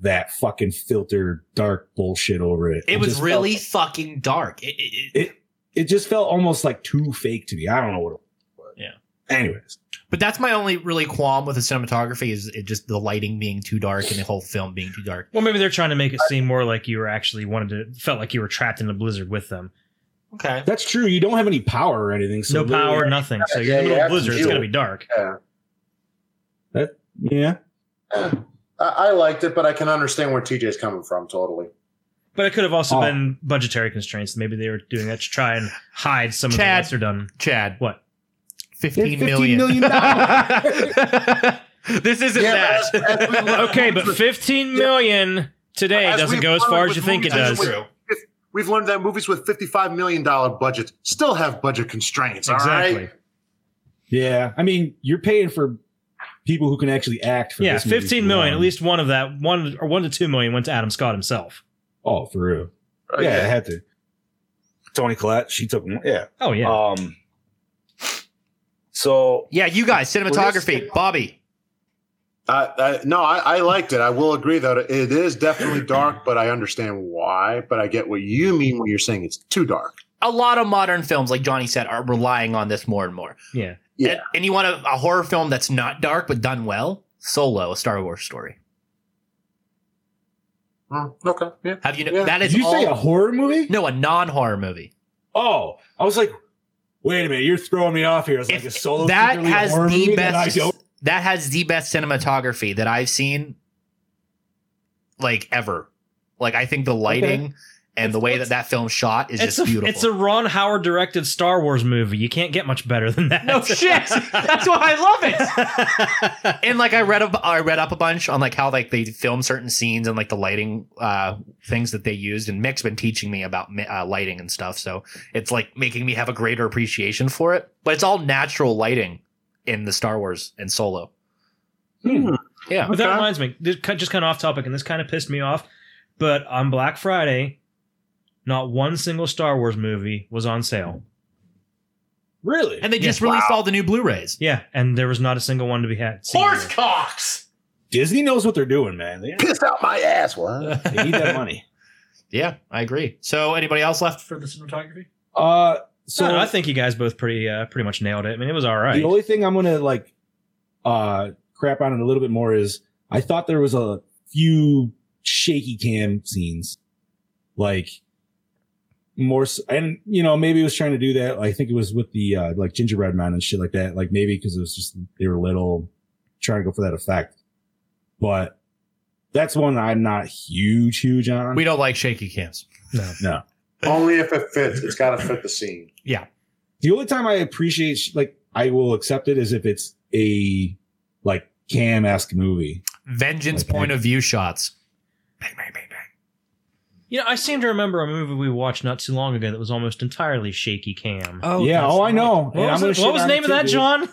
that fucking filter dark bullshit over it. It was just really felt- fucking dark. It, it, it- it. It just felt almost like too fake to me. I don't know what. It was. Yeah. Anyways, but that's my only really qualm with the cinematography is it just the lighting being too dark and the whole film being too dark. Well, maybe they're trying to make it seem more like you were actually wanted to felt like you were trapped in a blizzard with them. Okay. that's true. You don't have any power or anything. So no power, literally- nothing. So you're in Yeah, the middle yeah, of a blizzard. It's absolutely. gonna be dark. Yeah. That yeah. I, I liked it, but I can understand where TJ's coming from totally. But it could have also Oh. been budgetary constraints. Maybe they were doing that to try and hide some Chad. of the lesser done. Chad, what? fifteen It's million. $15 million. million. (laughs) this isn't Yeah, but as- as we that. (laughs) learned- Okay, but 15 million today As doesn't we've go as far learned as you with think it movies does. with- if- We've learned that movies with $55 million budgets still have budget constraints. All Exactly. right. Yeah, I mean, you're paying for people who can actually act. For Yeah, this movie 15 for million. long. At least one of that one or one to two million went to Adam Scott himself. Oh, for real. Oh, yeah, yeah. I had to. Tony Collette, she took. one- Yeah. Oh yeah. Um. So yeah, you guys, cinematography, Bobby. Uh, I, no, I, I liked it. I will agree though. It is definitely (clears throat) dark, but I understand why. But I get what you mean when you're saying it's too dark. A lot of modern films, like Johnny said, are relying on this more and more. Yeah. Yeah. And, and you want a, a horror film that's not dark but done well? Solo, a Star Wars story. Mm, okay. Yeah. Have you? Yeah. That is. Did you all, say a horror movie? No, a non-horror movie. Oh, I was like, wait a minute, you're throwing me off here. It's like a solo. that secretly a has horror the movie that best. I don't- That has the best cinematography that I've seen, like ever. Like I think the lighting and the way that that film shot is It's just a, beautiful. it's a Ron Howard directed Star Wars movie. You can't get much better than that. (laughs) no (laughs) shit. That's why I love it. and like I read up, I read up a bunch on like how like they film certain scenes and like the lighting uh, things that they used. And Mick's been teaching me about mi- uh, lighting and stuff, so it's like making me have a greater appreciation for it. But it's all natural lighting in the Star Wars and Solo. Hmm. Yeah. But that reminds me, this ki- just kind of off topic, and this kind of pissed me off. But on Black Friday, not one single Star Wars movie was on sale. Really? And they just released all the new Blu-rays. Yeah, and there was not a single one to be had. seen. cocks. Disney knows what they're doing, man. They, Piss out my ass. What? they need (laughs) that money. Yeah, I agree. So, anybody else left for the cinematography? Uh. No, So no, I think you guys both pretty uh, pretty much nailed it. I mean, it was all right. The only thing I'm gonna like uh crap on it a little bit more is I thought there was a few shaky cam scenes. Like more s- and you know maybe it was trying to do that i think it was with the uh like gingerbread man and shit like that like maybe because it was just they were little trying to go for that effect but that's one i'm not huge huge on We don't like shaky cams. no Only if it fits. It's got to fit the scene. Yeah. the only time I appreciate sh- like I will accept it is if it's a like cam esque movie. Vengeance Okay. point of view shots. You know, I seem to remember a movie we watched not too long ago that was almost entirely shaky cam. yeah, oh I know. What And was, I'm gonna it- shit what was the on it name of too, that, dude. John?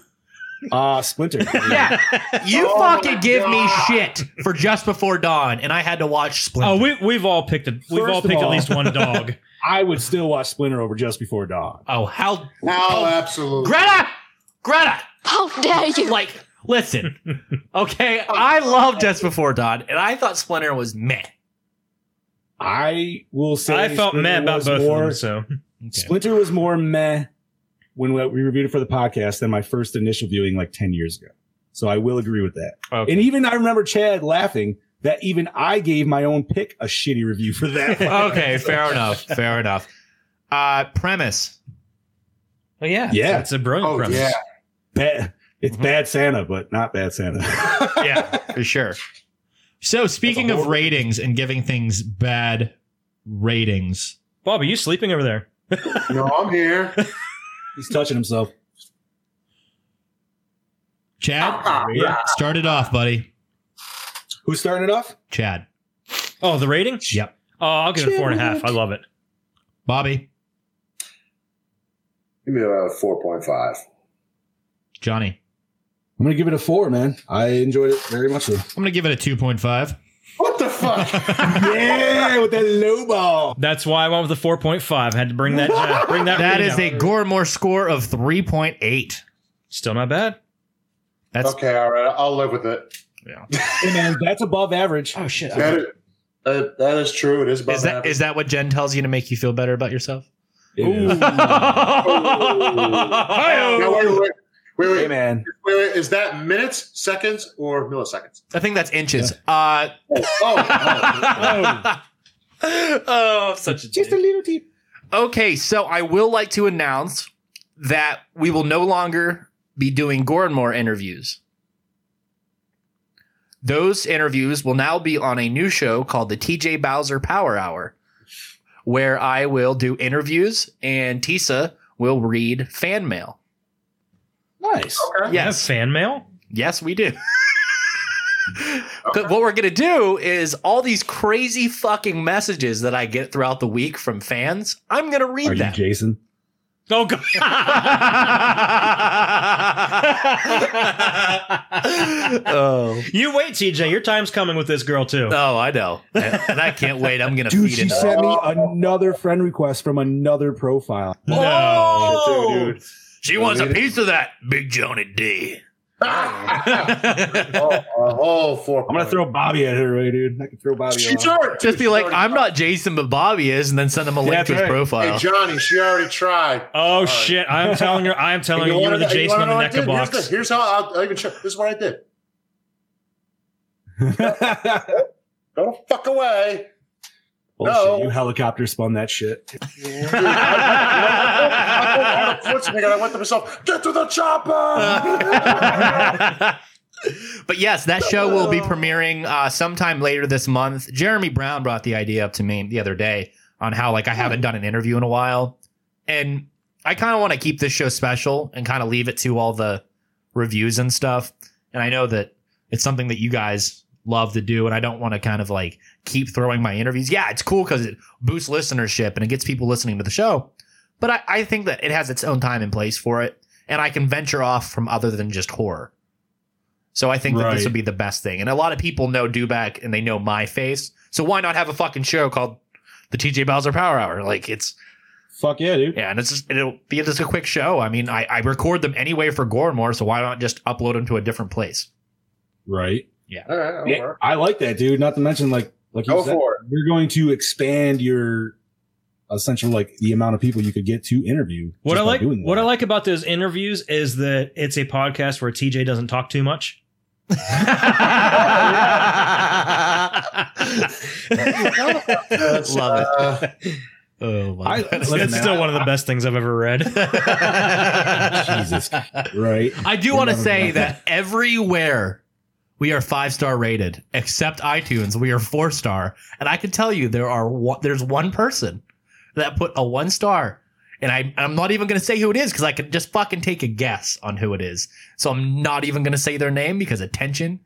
Uh Splinter. Yeah. (laughs) You Oh fucking my give me God. shit for Just Before Dawn, and I had to watch Splinter. Oh, we we've all picked a, we've First all of picked all- at least one (laughs) dog. I would still watch Splinter over just before dawn. Oh, how No, (laughs) absolutely. Greta! Greta! How dare you? Like, listen. (laughs) Okay, I love Just Before Dawn, and I thought Splinter was meh. I will say I felt Splinter mad about was both more- of them. So Splinter was more meh when we we reviewed it for the podcast than my first initial viewing like 10 years ago. So I will agree with that. Okay. And even I remember Chad laughing that even I gave my own pick a shitty review for that. (laughs) (laughs) Okay, fair enough. Fair enough. Uh premise. Well, yeah, Yeah. it's- it's a brilliant Oh, premise. yeah. bad. It's Mm-hmm. bad Santa, but not bad Santa. (laughs) yeah, for sure. So speaking of ratings and giving things bad ratings, Bob, are you sleeping over there? No, I'm here. He's touching himself. Uh, Chad, start it off, buddy. Who's starting it off? Chad. Oh, the rating? Yep. Oh, I'll give it four and a half. I love it. Bobby. Give me about four point five. Johnny. I'm gonna give it a four, man. I enjoyed it very much. So. I'm gonna give it a two point (laughs) five. What the (laughs) fuck? yeah, with that low ball. That's why I went with the four point five. Had to bring that (laughs) uh, bring that. That rating is up. a Gormore score of three point eight. still not bad. That's okay. All right, I'll live with it. Hey, man, that's above average. oh shit. That is, uh, that is true. It is about Is that is that what Jen tells you to make you feel better about yourself? (laughs) It is. Oh. Now, wait, wait, wait, wait, Hey, wait, wait, man. wait. Is that minutes, seconds, or milliseconds? I think that's inches. Uh, (laughs) Oh, (laughs) oh, (laughs) oh, such a just a little deep. Okay, so I will like to announce that we will no longer be doing Gormore interviews. Those interviews will now be on a new show called the TJ Bowser Power Hour, where I will do interviews and Tisa will read fan mail. Nice. Oh, You have Yes, fan mail. Yes, we do. (laughs) 'Cause What we're going to do is all these crazy fucking messages that I get throughout the week from fans, I'm going to Are read you them. Jason? Oh god. oh. You wait, TJ. Your time's coming with this girl Uh, too. Oh, I know. And, and I can't wait. I'm going to Dude, feed she it. sent me another friend request from another profile. Oh, Dude, dude. She wants a piece of that, Big Johnny D. (laughs) oh, a whole four. I'm gonna throw Bobby at her, right, dude. I can throw Bobby. She's around. already, Just be like, already I'm not Jason, but Bobby is, and then send him a link Yeah, to his that's right. profile. Hey, Johnny, she already tried. Oh shit! I'm telling her. I'm telling her. You You wanna- were the you Jason wanna on the know what I NECA did? Here's the- box. Here's how I'll, I'll even show. This is what I did. (laughs) Go the fuck away. Bullshit, No. You helicopter spun that shit. I (laughs) pulled out a switch, nigga, and I went to myself, get to the chopper. (laughs) but yes, that show will be premiering uh, sometime later this month. Jeremy Brown brought the idea up to me the other day on how like I haven't done an interview in a while, and I kind of want to keep this show special and kind of leave it to all the reviews and stuff. And I know that it's something that you guys love to do, and I don't want to kind of like keep throwing my interviews. Yeah, it's cool because it boosts listenership and it gets people listening to the show. But I, I think that it has its own time and place for it, and I can venture off from other than just horror. So I think that this Right. would be the best thing. And a lot of people know Duback and they know my face. So why not have a fucking show called the TJ Bowser Power Hour? Like it's Fuck yeah, dude. yeah, and it's just, it'll be just a quick show. I mean, I, I record them anyway for Gormore, so why not just upload them to a different place? Right. All right, I'll Yeah, work. I like that, dude. Not to mention, like, like you Go said, for it. you're going to expand your essential, like, the amount of people you could get to interview. What just I by like, doing what that. I like about those interviews is that it's a podcast where TJ doesn't talk too much. (laughs) Love it. Uh, Oh my (laughs) I- God. Listen, That's man, still one of the best things I've ever (laughs) read. Jesus. right? I do You're want to never say gonna- that everywhere we are five star rated, except iTunes, we are four star. And I can tell you there are one, there's one person that put a one star, and I I'm not even going to say who it is because I could just fucking take a guess on who it is. So I'm not even going to say their name because attention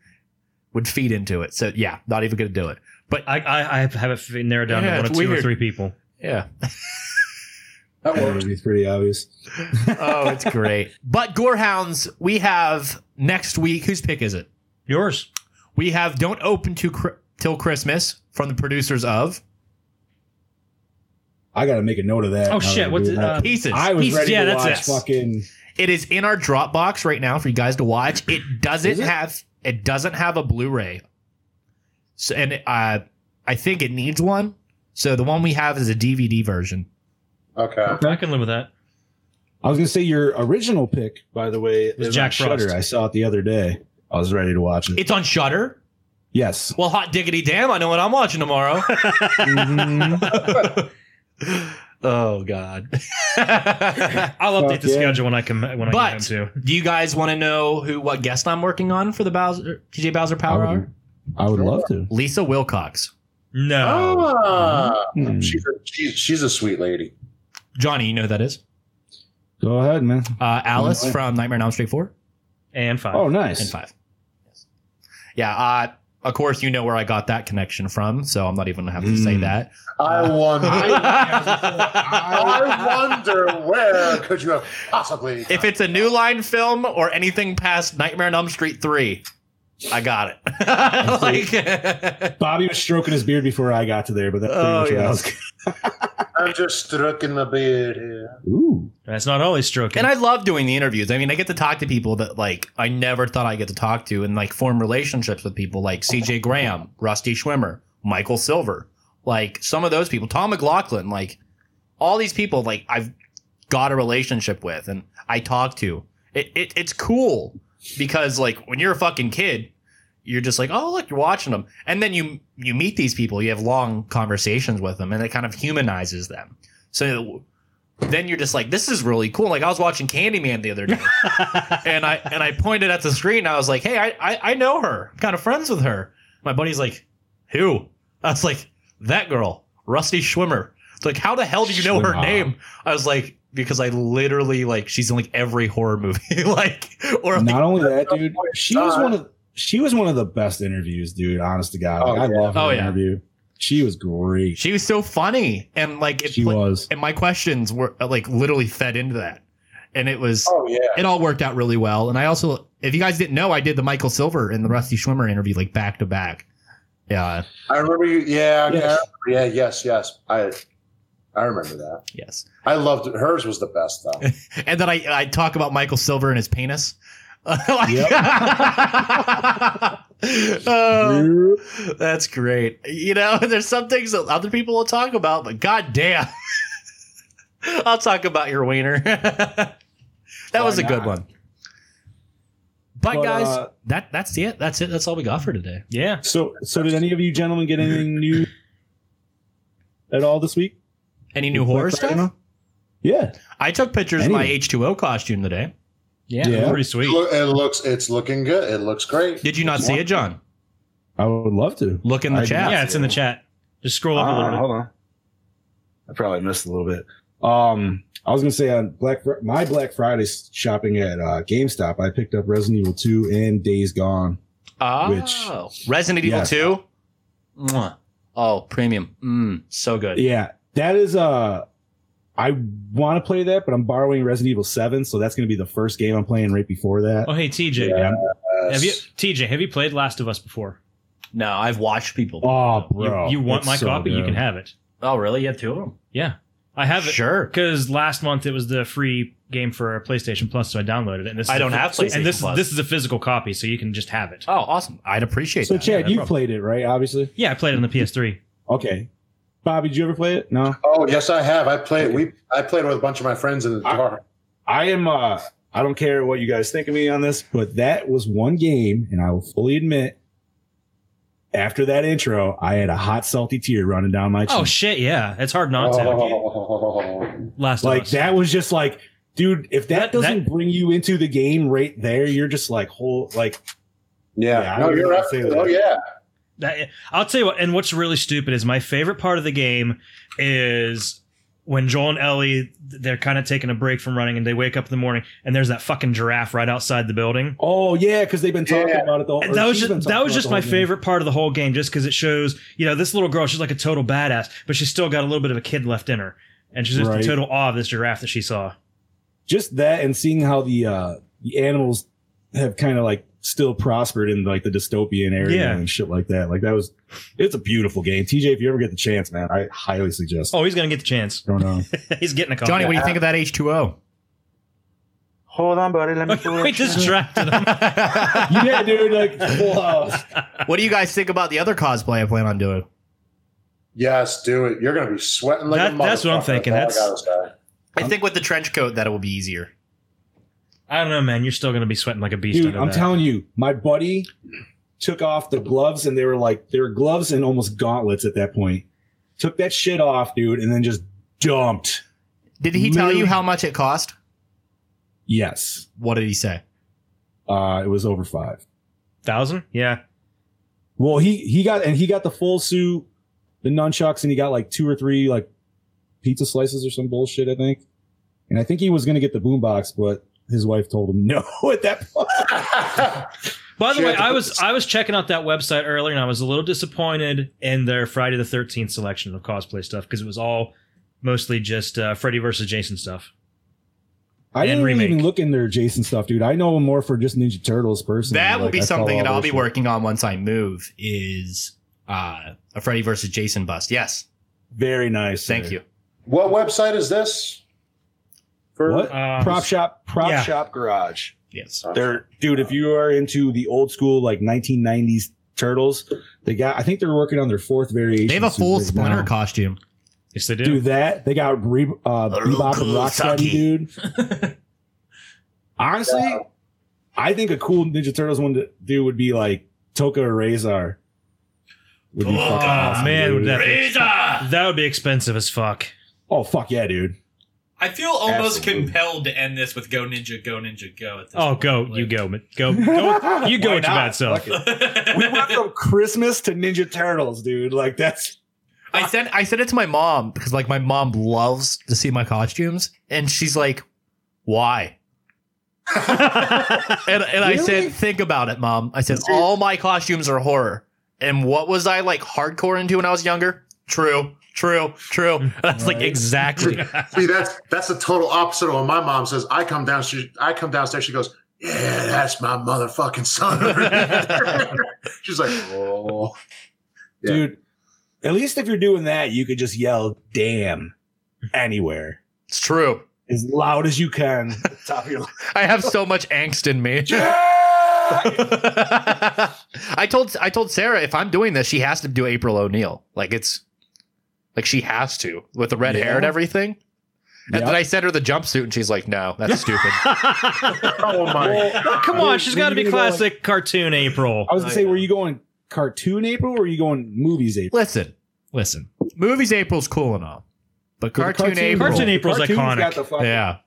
would feed into it. So yeah, not even going to do it. But I, I, I have it narrowed down Yeah, to one or it's two weird. or three people. yeah, that That works. would be pretty obvious. (laughs) oh, it's great. But Gorehounds, we have next week. Whose pick is it? Yours. We have Don't Open to Cri- Till Christmas from the producers of I got to make a note of that. Oh, now shit, that what we're the- doing that. uh, Pieces. I was Pieces. ready yeah, to that's watch it. fucking. It is in our Dropbox right now for you guys to watch. It doesn't have it doesn't have a Blu-ray. So and uh, I think it needs one. So the one we have is a DVD version. Okay. uh, I can live with that. I was gonna say your original pick, by the way, was is Jack on Shudder. Frost. I saw it the other day. I was ready to watch it. It's on Shutter. yes. Well, hot diggity damn! I know what I'm watching (laughs) tomorrow. Mm-hmm. oh God! I'll update Fuck the yeah. schedule when I come when I But- get home too. (laughs) Do you guys want to know who what guest I'm working on for the Bowser TJ Bowser I Power Hour? would, I would love to. Lisa Wilcox. No. Oh. Ah, Hmm. she's, a, she's, she's a sweet lady. Johnny, you know who that is. Go ahead, man. Uh, Alice Mhm. from Nightmare on Elm Street 4 And five. Oh, nice. and 5. Yes. Yeah, uh, Of course, you know where I got that connection from, so I'm not even gonna have to say that. Uh, I wonder. (laughs) I wonder where could you have possibly. If it's a New Line film or anything past Nightmare on Elm Street three, I got it. (laughs) Bobby was stroking his beard before I got to there, but that's pretty Oh, much what yeah. I was. I'm just stroking my beard here. Ooh, that's not always stroking. And I love doing the interviews. I mean, I get to talk to people that like I never thought I'd get to talk to, and like form relationships with people like C.J. Graham, Rusty Schwimmer, Michael Silver, like some of those people, Tom McLaughlin, like all these people, like I've got a relationship with, and I talk to. It, it it's cool because like when you're a fucking kid, you're just like, oh look, you're watching them, and then you you meet these people, you have long conversations with them, and it kind of humanizes them. So then you're just like, this is really cool. Like I was watching Candyman the other day, and I and I pointed at the screen, and I was like, hey, I I, I know her, I'm kind of friends with her. My buddy's like, who? I was like, that girl, Rusty Schwimmer. It's like, how the hell do you know her Schwimmer. name? I was like, because I literally like she's in like every horror movie, (laughs) like or Not only that, dude, she was one of she was one of the best interviews, dude. Honest to God, Like, I love her Oh, yeah. interview. She was great. She was so funny, and like it, she was. And my questions were uh, like literally fed into that, and it was. Oh yeah. It all worked out really well, and I also, if you guys didn't know, I did the Michael Silver and the Rusty Schwimmer interview like back to back. Yeah, I remember you. Yeah, I remember, yeah, yes, yes. I I remember that. Yes, I loved it. Hers was the best (laughs) though. and then I I talk about Michael Silver and his penis. (laughs) Oh, that's great. You know, (laughs) there's some things that other people will talk about, but goddamn, (laughs) I'll talk about your wiener. (laughs) that was a good one. But, But, guys, uh, that that's it. That's it. That's all we got for today. Yeah. So so did any of you gentlemen get anything new at all this week? Any new horror stuff? Yeah. I took pictures of my H2O costume today. Yeah, It, loo- it looks. It's looking good. It looks great. Did you not see it, John? I would love to. Look in the I- chat. Yeah, it's in the chat. Just scroll up a Ah, little bit. Hold on. I probably missed a little bit. Um, I was gonna say on Black Fri- my Black Friday s- shopping at uh, GameStop, I picked up Resident Evil Two and Days Gone. Oh, Resident Evil Yes. Two. Mwah. Oh, premium. Mm, so good. Yeah, that is uh I want to play that, but I'm borrowing Resident Evil Seven, so that's gonna be the first game I'm playing right before that. Oh, hey TJ. Yeah. Have you TJ? Have you played Last of Us before? No, I've watched people. Oh, You, you want my copy? You can have it. Oh, really? You have two of them? Yeah, I have it. Sure. Because last month it was the free game for PlayStation Plus, so I downloaded it. And this I is don't a, have PlayStation And this is Plus. this is a physical copy, so you can just have it. Oh, awesome! (laughs) I'd appreciate So, that. Chad, Yeah, you no problem. played it, right? Obviously. Yeah, I played it on the PS3. Okay. Bobby, did you ever play it? No. Oh yes, I have. I played. We I played with a bunch of my friends in the car. I am. uh I don't care what you guys think of me on this, but that was one game, and I will fully admit. After that intro, I had a hot, salty tear running down my cheek. Oh shit! Yeah, it's hard not to. Oh. Last of Oh. like Us. that was just like, dude, if that, doesn't bring you into the game right there, you're just like whole like. Yeah. I no, would you're really right. say that. Oh yeah. That- I'll tell you what. And what's really stupid is my favorite part of the game is when Joel and Ellie they're kind of taking a break from running, and they wake up in the morning, and there's that fucking giraffe right outside the building. Oh yeah, because they've been talking about it the whole. And that was just that was just my favorite part of the whole game, just because it shows you know this little girl she's like a total badass, but she's still got a little bit of a kid left in her, and she's just in Right. total awe of this giraffe that she saw. Just that, and seeing how the uh the animals have kind of like still prospered in like the dystopian area Yeah. and shit like that. Like that was, it's a beautiful game. TJ, if you ever get the chance, man, I highly suggest. Oh, he's gonna get the chance. (laughs) Don't know. (laughs) he's getting a call. Johnny, what do you think of that (laughs) H2O? Hold on, (laughs) buddy. Let me. (laughs) We distracted him. yeah, dude. Like, what do you guys think about the other cosplay I plan on doing? Yes, do it. You're gonna be sweating like a That- that's what I'm motherfucker. Oh, thinking. all I That's- gotta say. I think with the trench coat that it will be easier. I don't know, man. You're still gonna be sweating like a beast. Dude, under I'm that. telling you, my buddy took off the gloves and they were like they were gloves and almost gauntlets at that point. Took that shit off, dude, and then just dumped. Did he tell Literally- you how much it cost? Yes. What did he say? Uh it was over five. Thousand? Yeah. Well, he he got and he got the full suit, the nunchucks, and he got like two or three like pizza slices or some bullshit, I think. And I (laughs) think he was gonna get the boombox, but his wife told him no at that point. By the She way, had to I put was I was checking out that website earlier, and I was a little disappointed in their Friday the Thirteenth selection of cosplay stuff because it was all mostly just uh, Freddy versus Jason stuff. I And didn't really remake. even look in their Jason stuff, dude. I know him more for just Ninja Turtles personally. That will Like, be I follow something that all I'll their be shit. working on once I move is uh, a Freddy versus Jason bust. Yes. Very nice. Thank you. What website is this? For what? Um, prop shop, prop yeah. shop garage. Yes. They're dude, if you are into the old school like 1990s turtles, they got I think they're working on their fourth variation. They have a full suit right Splinter now. costume. Yes, they do. Do that. They got re, uh, Bebop and Kurosaki. Rocksteady, dude. (laughs) Honestly, I think a cool Ninja Turtles one to do would be like Toka or Razor. Would be oh fucking awesome, man, would dude. that be, that would be expensive as fuck. Oh fuck yeah, dude! I feel almost Absolutely. compelled to end this with "Go Ninja, Go Ninja, Go." At this Oh, go you go ma- (laughs) go, go you go Why with your not? bad self. (laughs) Fuck it. (laughs) we went from Christmas to Ninja Turtles, dude. Like that's I sent I sent it to my mom because like my mom loves to see my costumes and she's like, (laughs) why? and and I said, think about it, mom. I said, all my costumes are horror. And what was I like hardcore into when I was younger? True, true, true. (laughs) And I was (laughs) like, exactly. (laughs) See, that's that's the total opposite of what my mom says. I come down, she, I come downstairs. She goes, "Yeah, that's my motherfucking (laughs) son." She's like, "Oh, dude. At least if you're doing that, you could just yell "damn" anywhere. It's true. As loud as you (laughs) can. at the top of your lungs. I have so much angst in (laughs) me. I told I told Sarah if I'm doing this, she has to do April O'Neil. Like it's like she has to with the red hair and Yeah. everything. And Yeah. then I sent her the jumpsuit, and she's like, "No, that's stupid." oh my!" Come on, she's got to be You're gonna go- classic cartoon April. I was gonna say, were you going cartoon April or were you going movies April? (laughs) Listen, listen. Movies April's cool and all, but But the cartoon, cartoon- April, Cartoon April's Cartoon's iconic. got the fucking- yeah.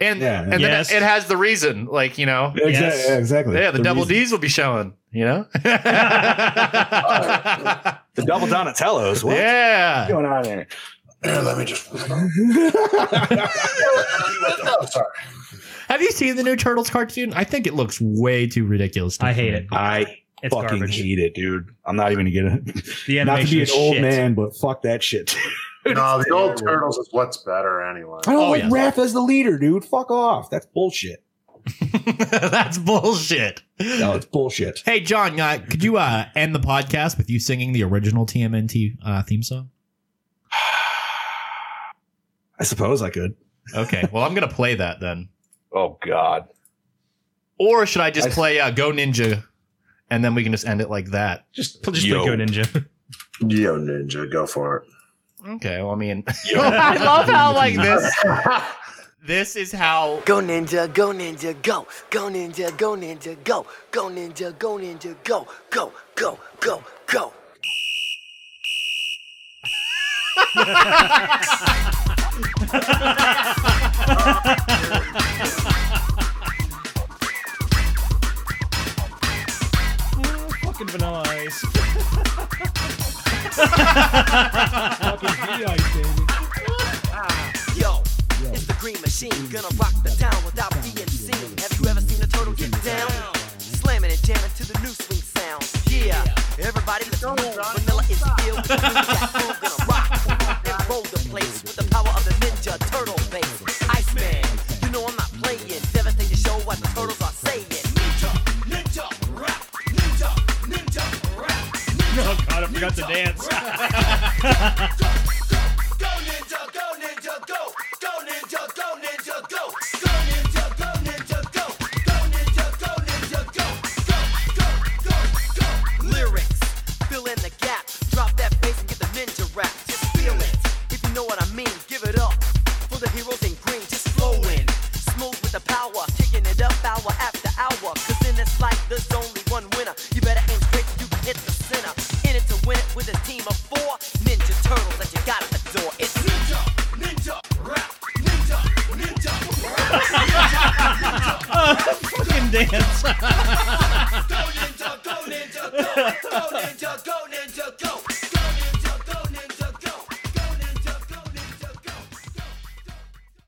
And Yeah. and Yes. then it has the reason, like you know, Exactly. Yes. exactly. yeah, the, double reason- D's will be showing, you know, (laughs) The double Donatellos. What? yeah. going on there? Here, let me (laughs) just. Have you seen the new Turtles cartoon? I think it looks way too ridiculous. to I hate me. it. (laughs) I It's fucking garbage. hate it, dude. I'm not even gonna get it. The Not to animation be an is old shit. man, but fuck that shit. No, the old turtles is what's better anyway. I don't Oh, like yeah. Raph as the leader, dude. Fuck off. That's bullshit. (laughs) That's bullshit. No, it's bullshit. Hey, John, uh, could you uh, end the podcast with you singing the original TMNT uh, theme song? I suppose I could. Okay. Well, I'm going to play that then. Oh God. Or should I just I- play uh, Go Ninja and then we can just end it like that? Just just Yo. like Go Ninja. Yo, ninja, go for it. Okay. Well, (laughs) I mean, (laughs) I love how, like, this. This is how Go ninja, go ninja, go. Go ninja, go ninja, go. Go ninja, go ninja, go. Go, go, go, go. Fucking Vanilla Ice. Yo, it's the green machine. Gonna rock the town without being seen. Have you ever seen a turtle get down? Slamming and jamming to the new swing sound. Yeah, everybody let's move. Vanilla is filled with the new jack groove. Gonna rock and roll the place with the power of the ninja turtle bass. Iceman, you know I'm not playing. Devastating show what the turtles are saying. Ninja, ninja, rap, ninja, ninja, rap. Oh god, I forgot to dance. Lyrics, fill in the gap. Drop that bass and get the ninja rap. Just feel it, if you know what I mean. Give it up for the heroes in green. Just flowing, smooth with the power, kicking it up hour after hour. 'Cause in this life, there's only one winner. You better aim straight, you can hit the center. In it to win it with a team of four ninja turtles that you gotta adore. It's ninja, ninja rap, ninja, ninja. Fucking dance. Go ninja, go ninja, go, go ninja,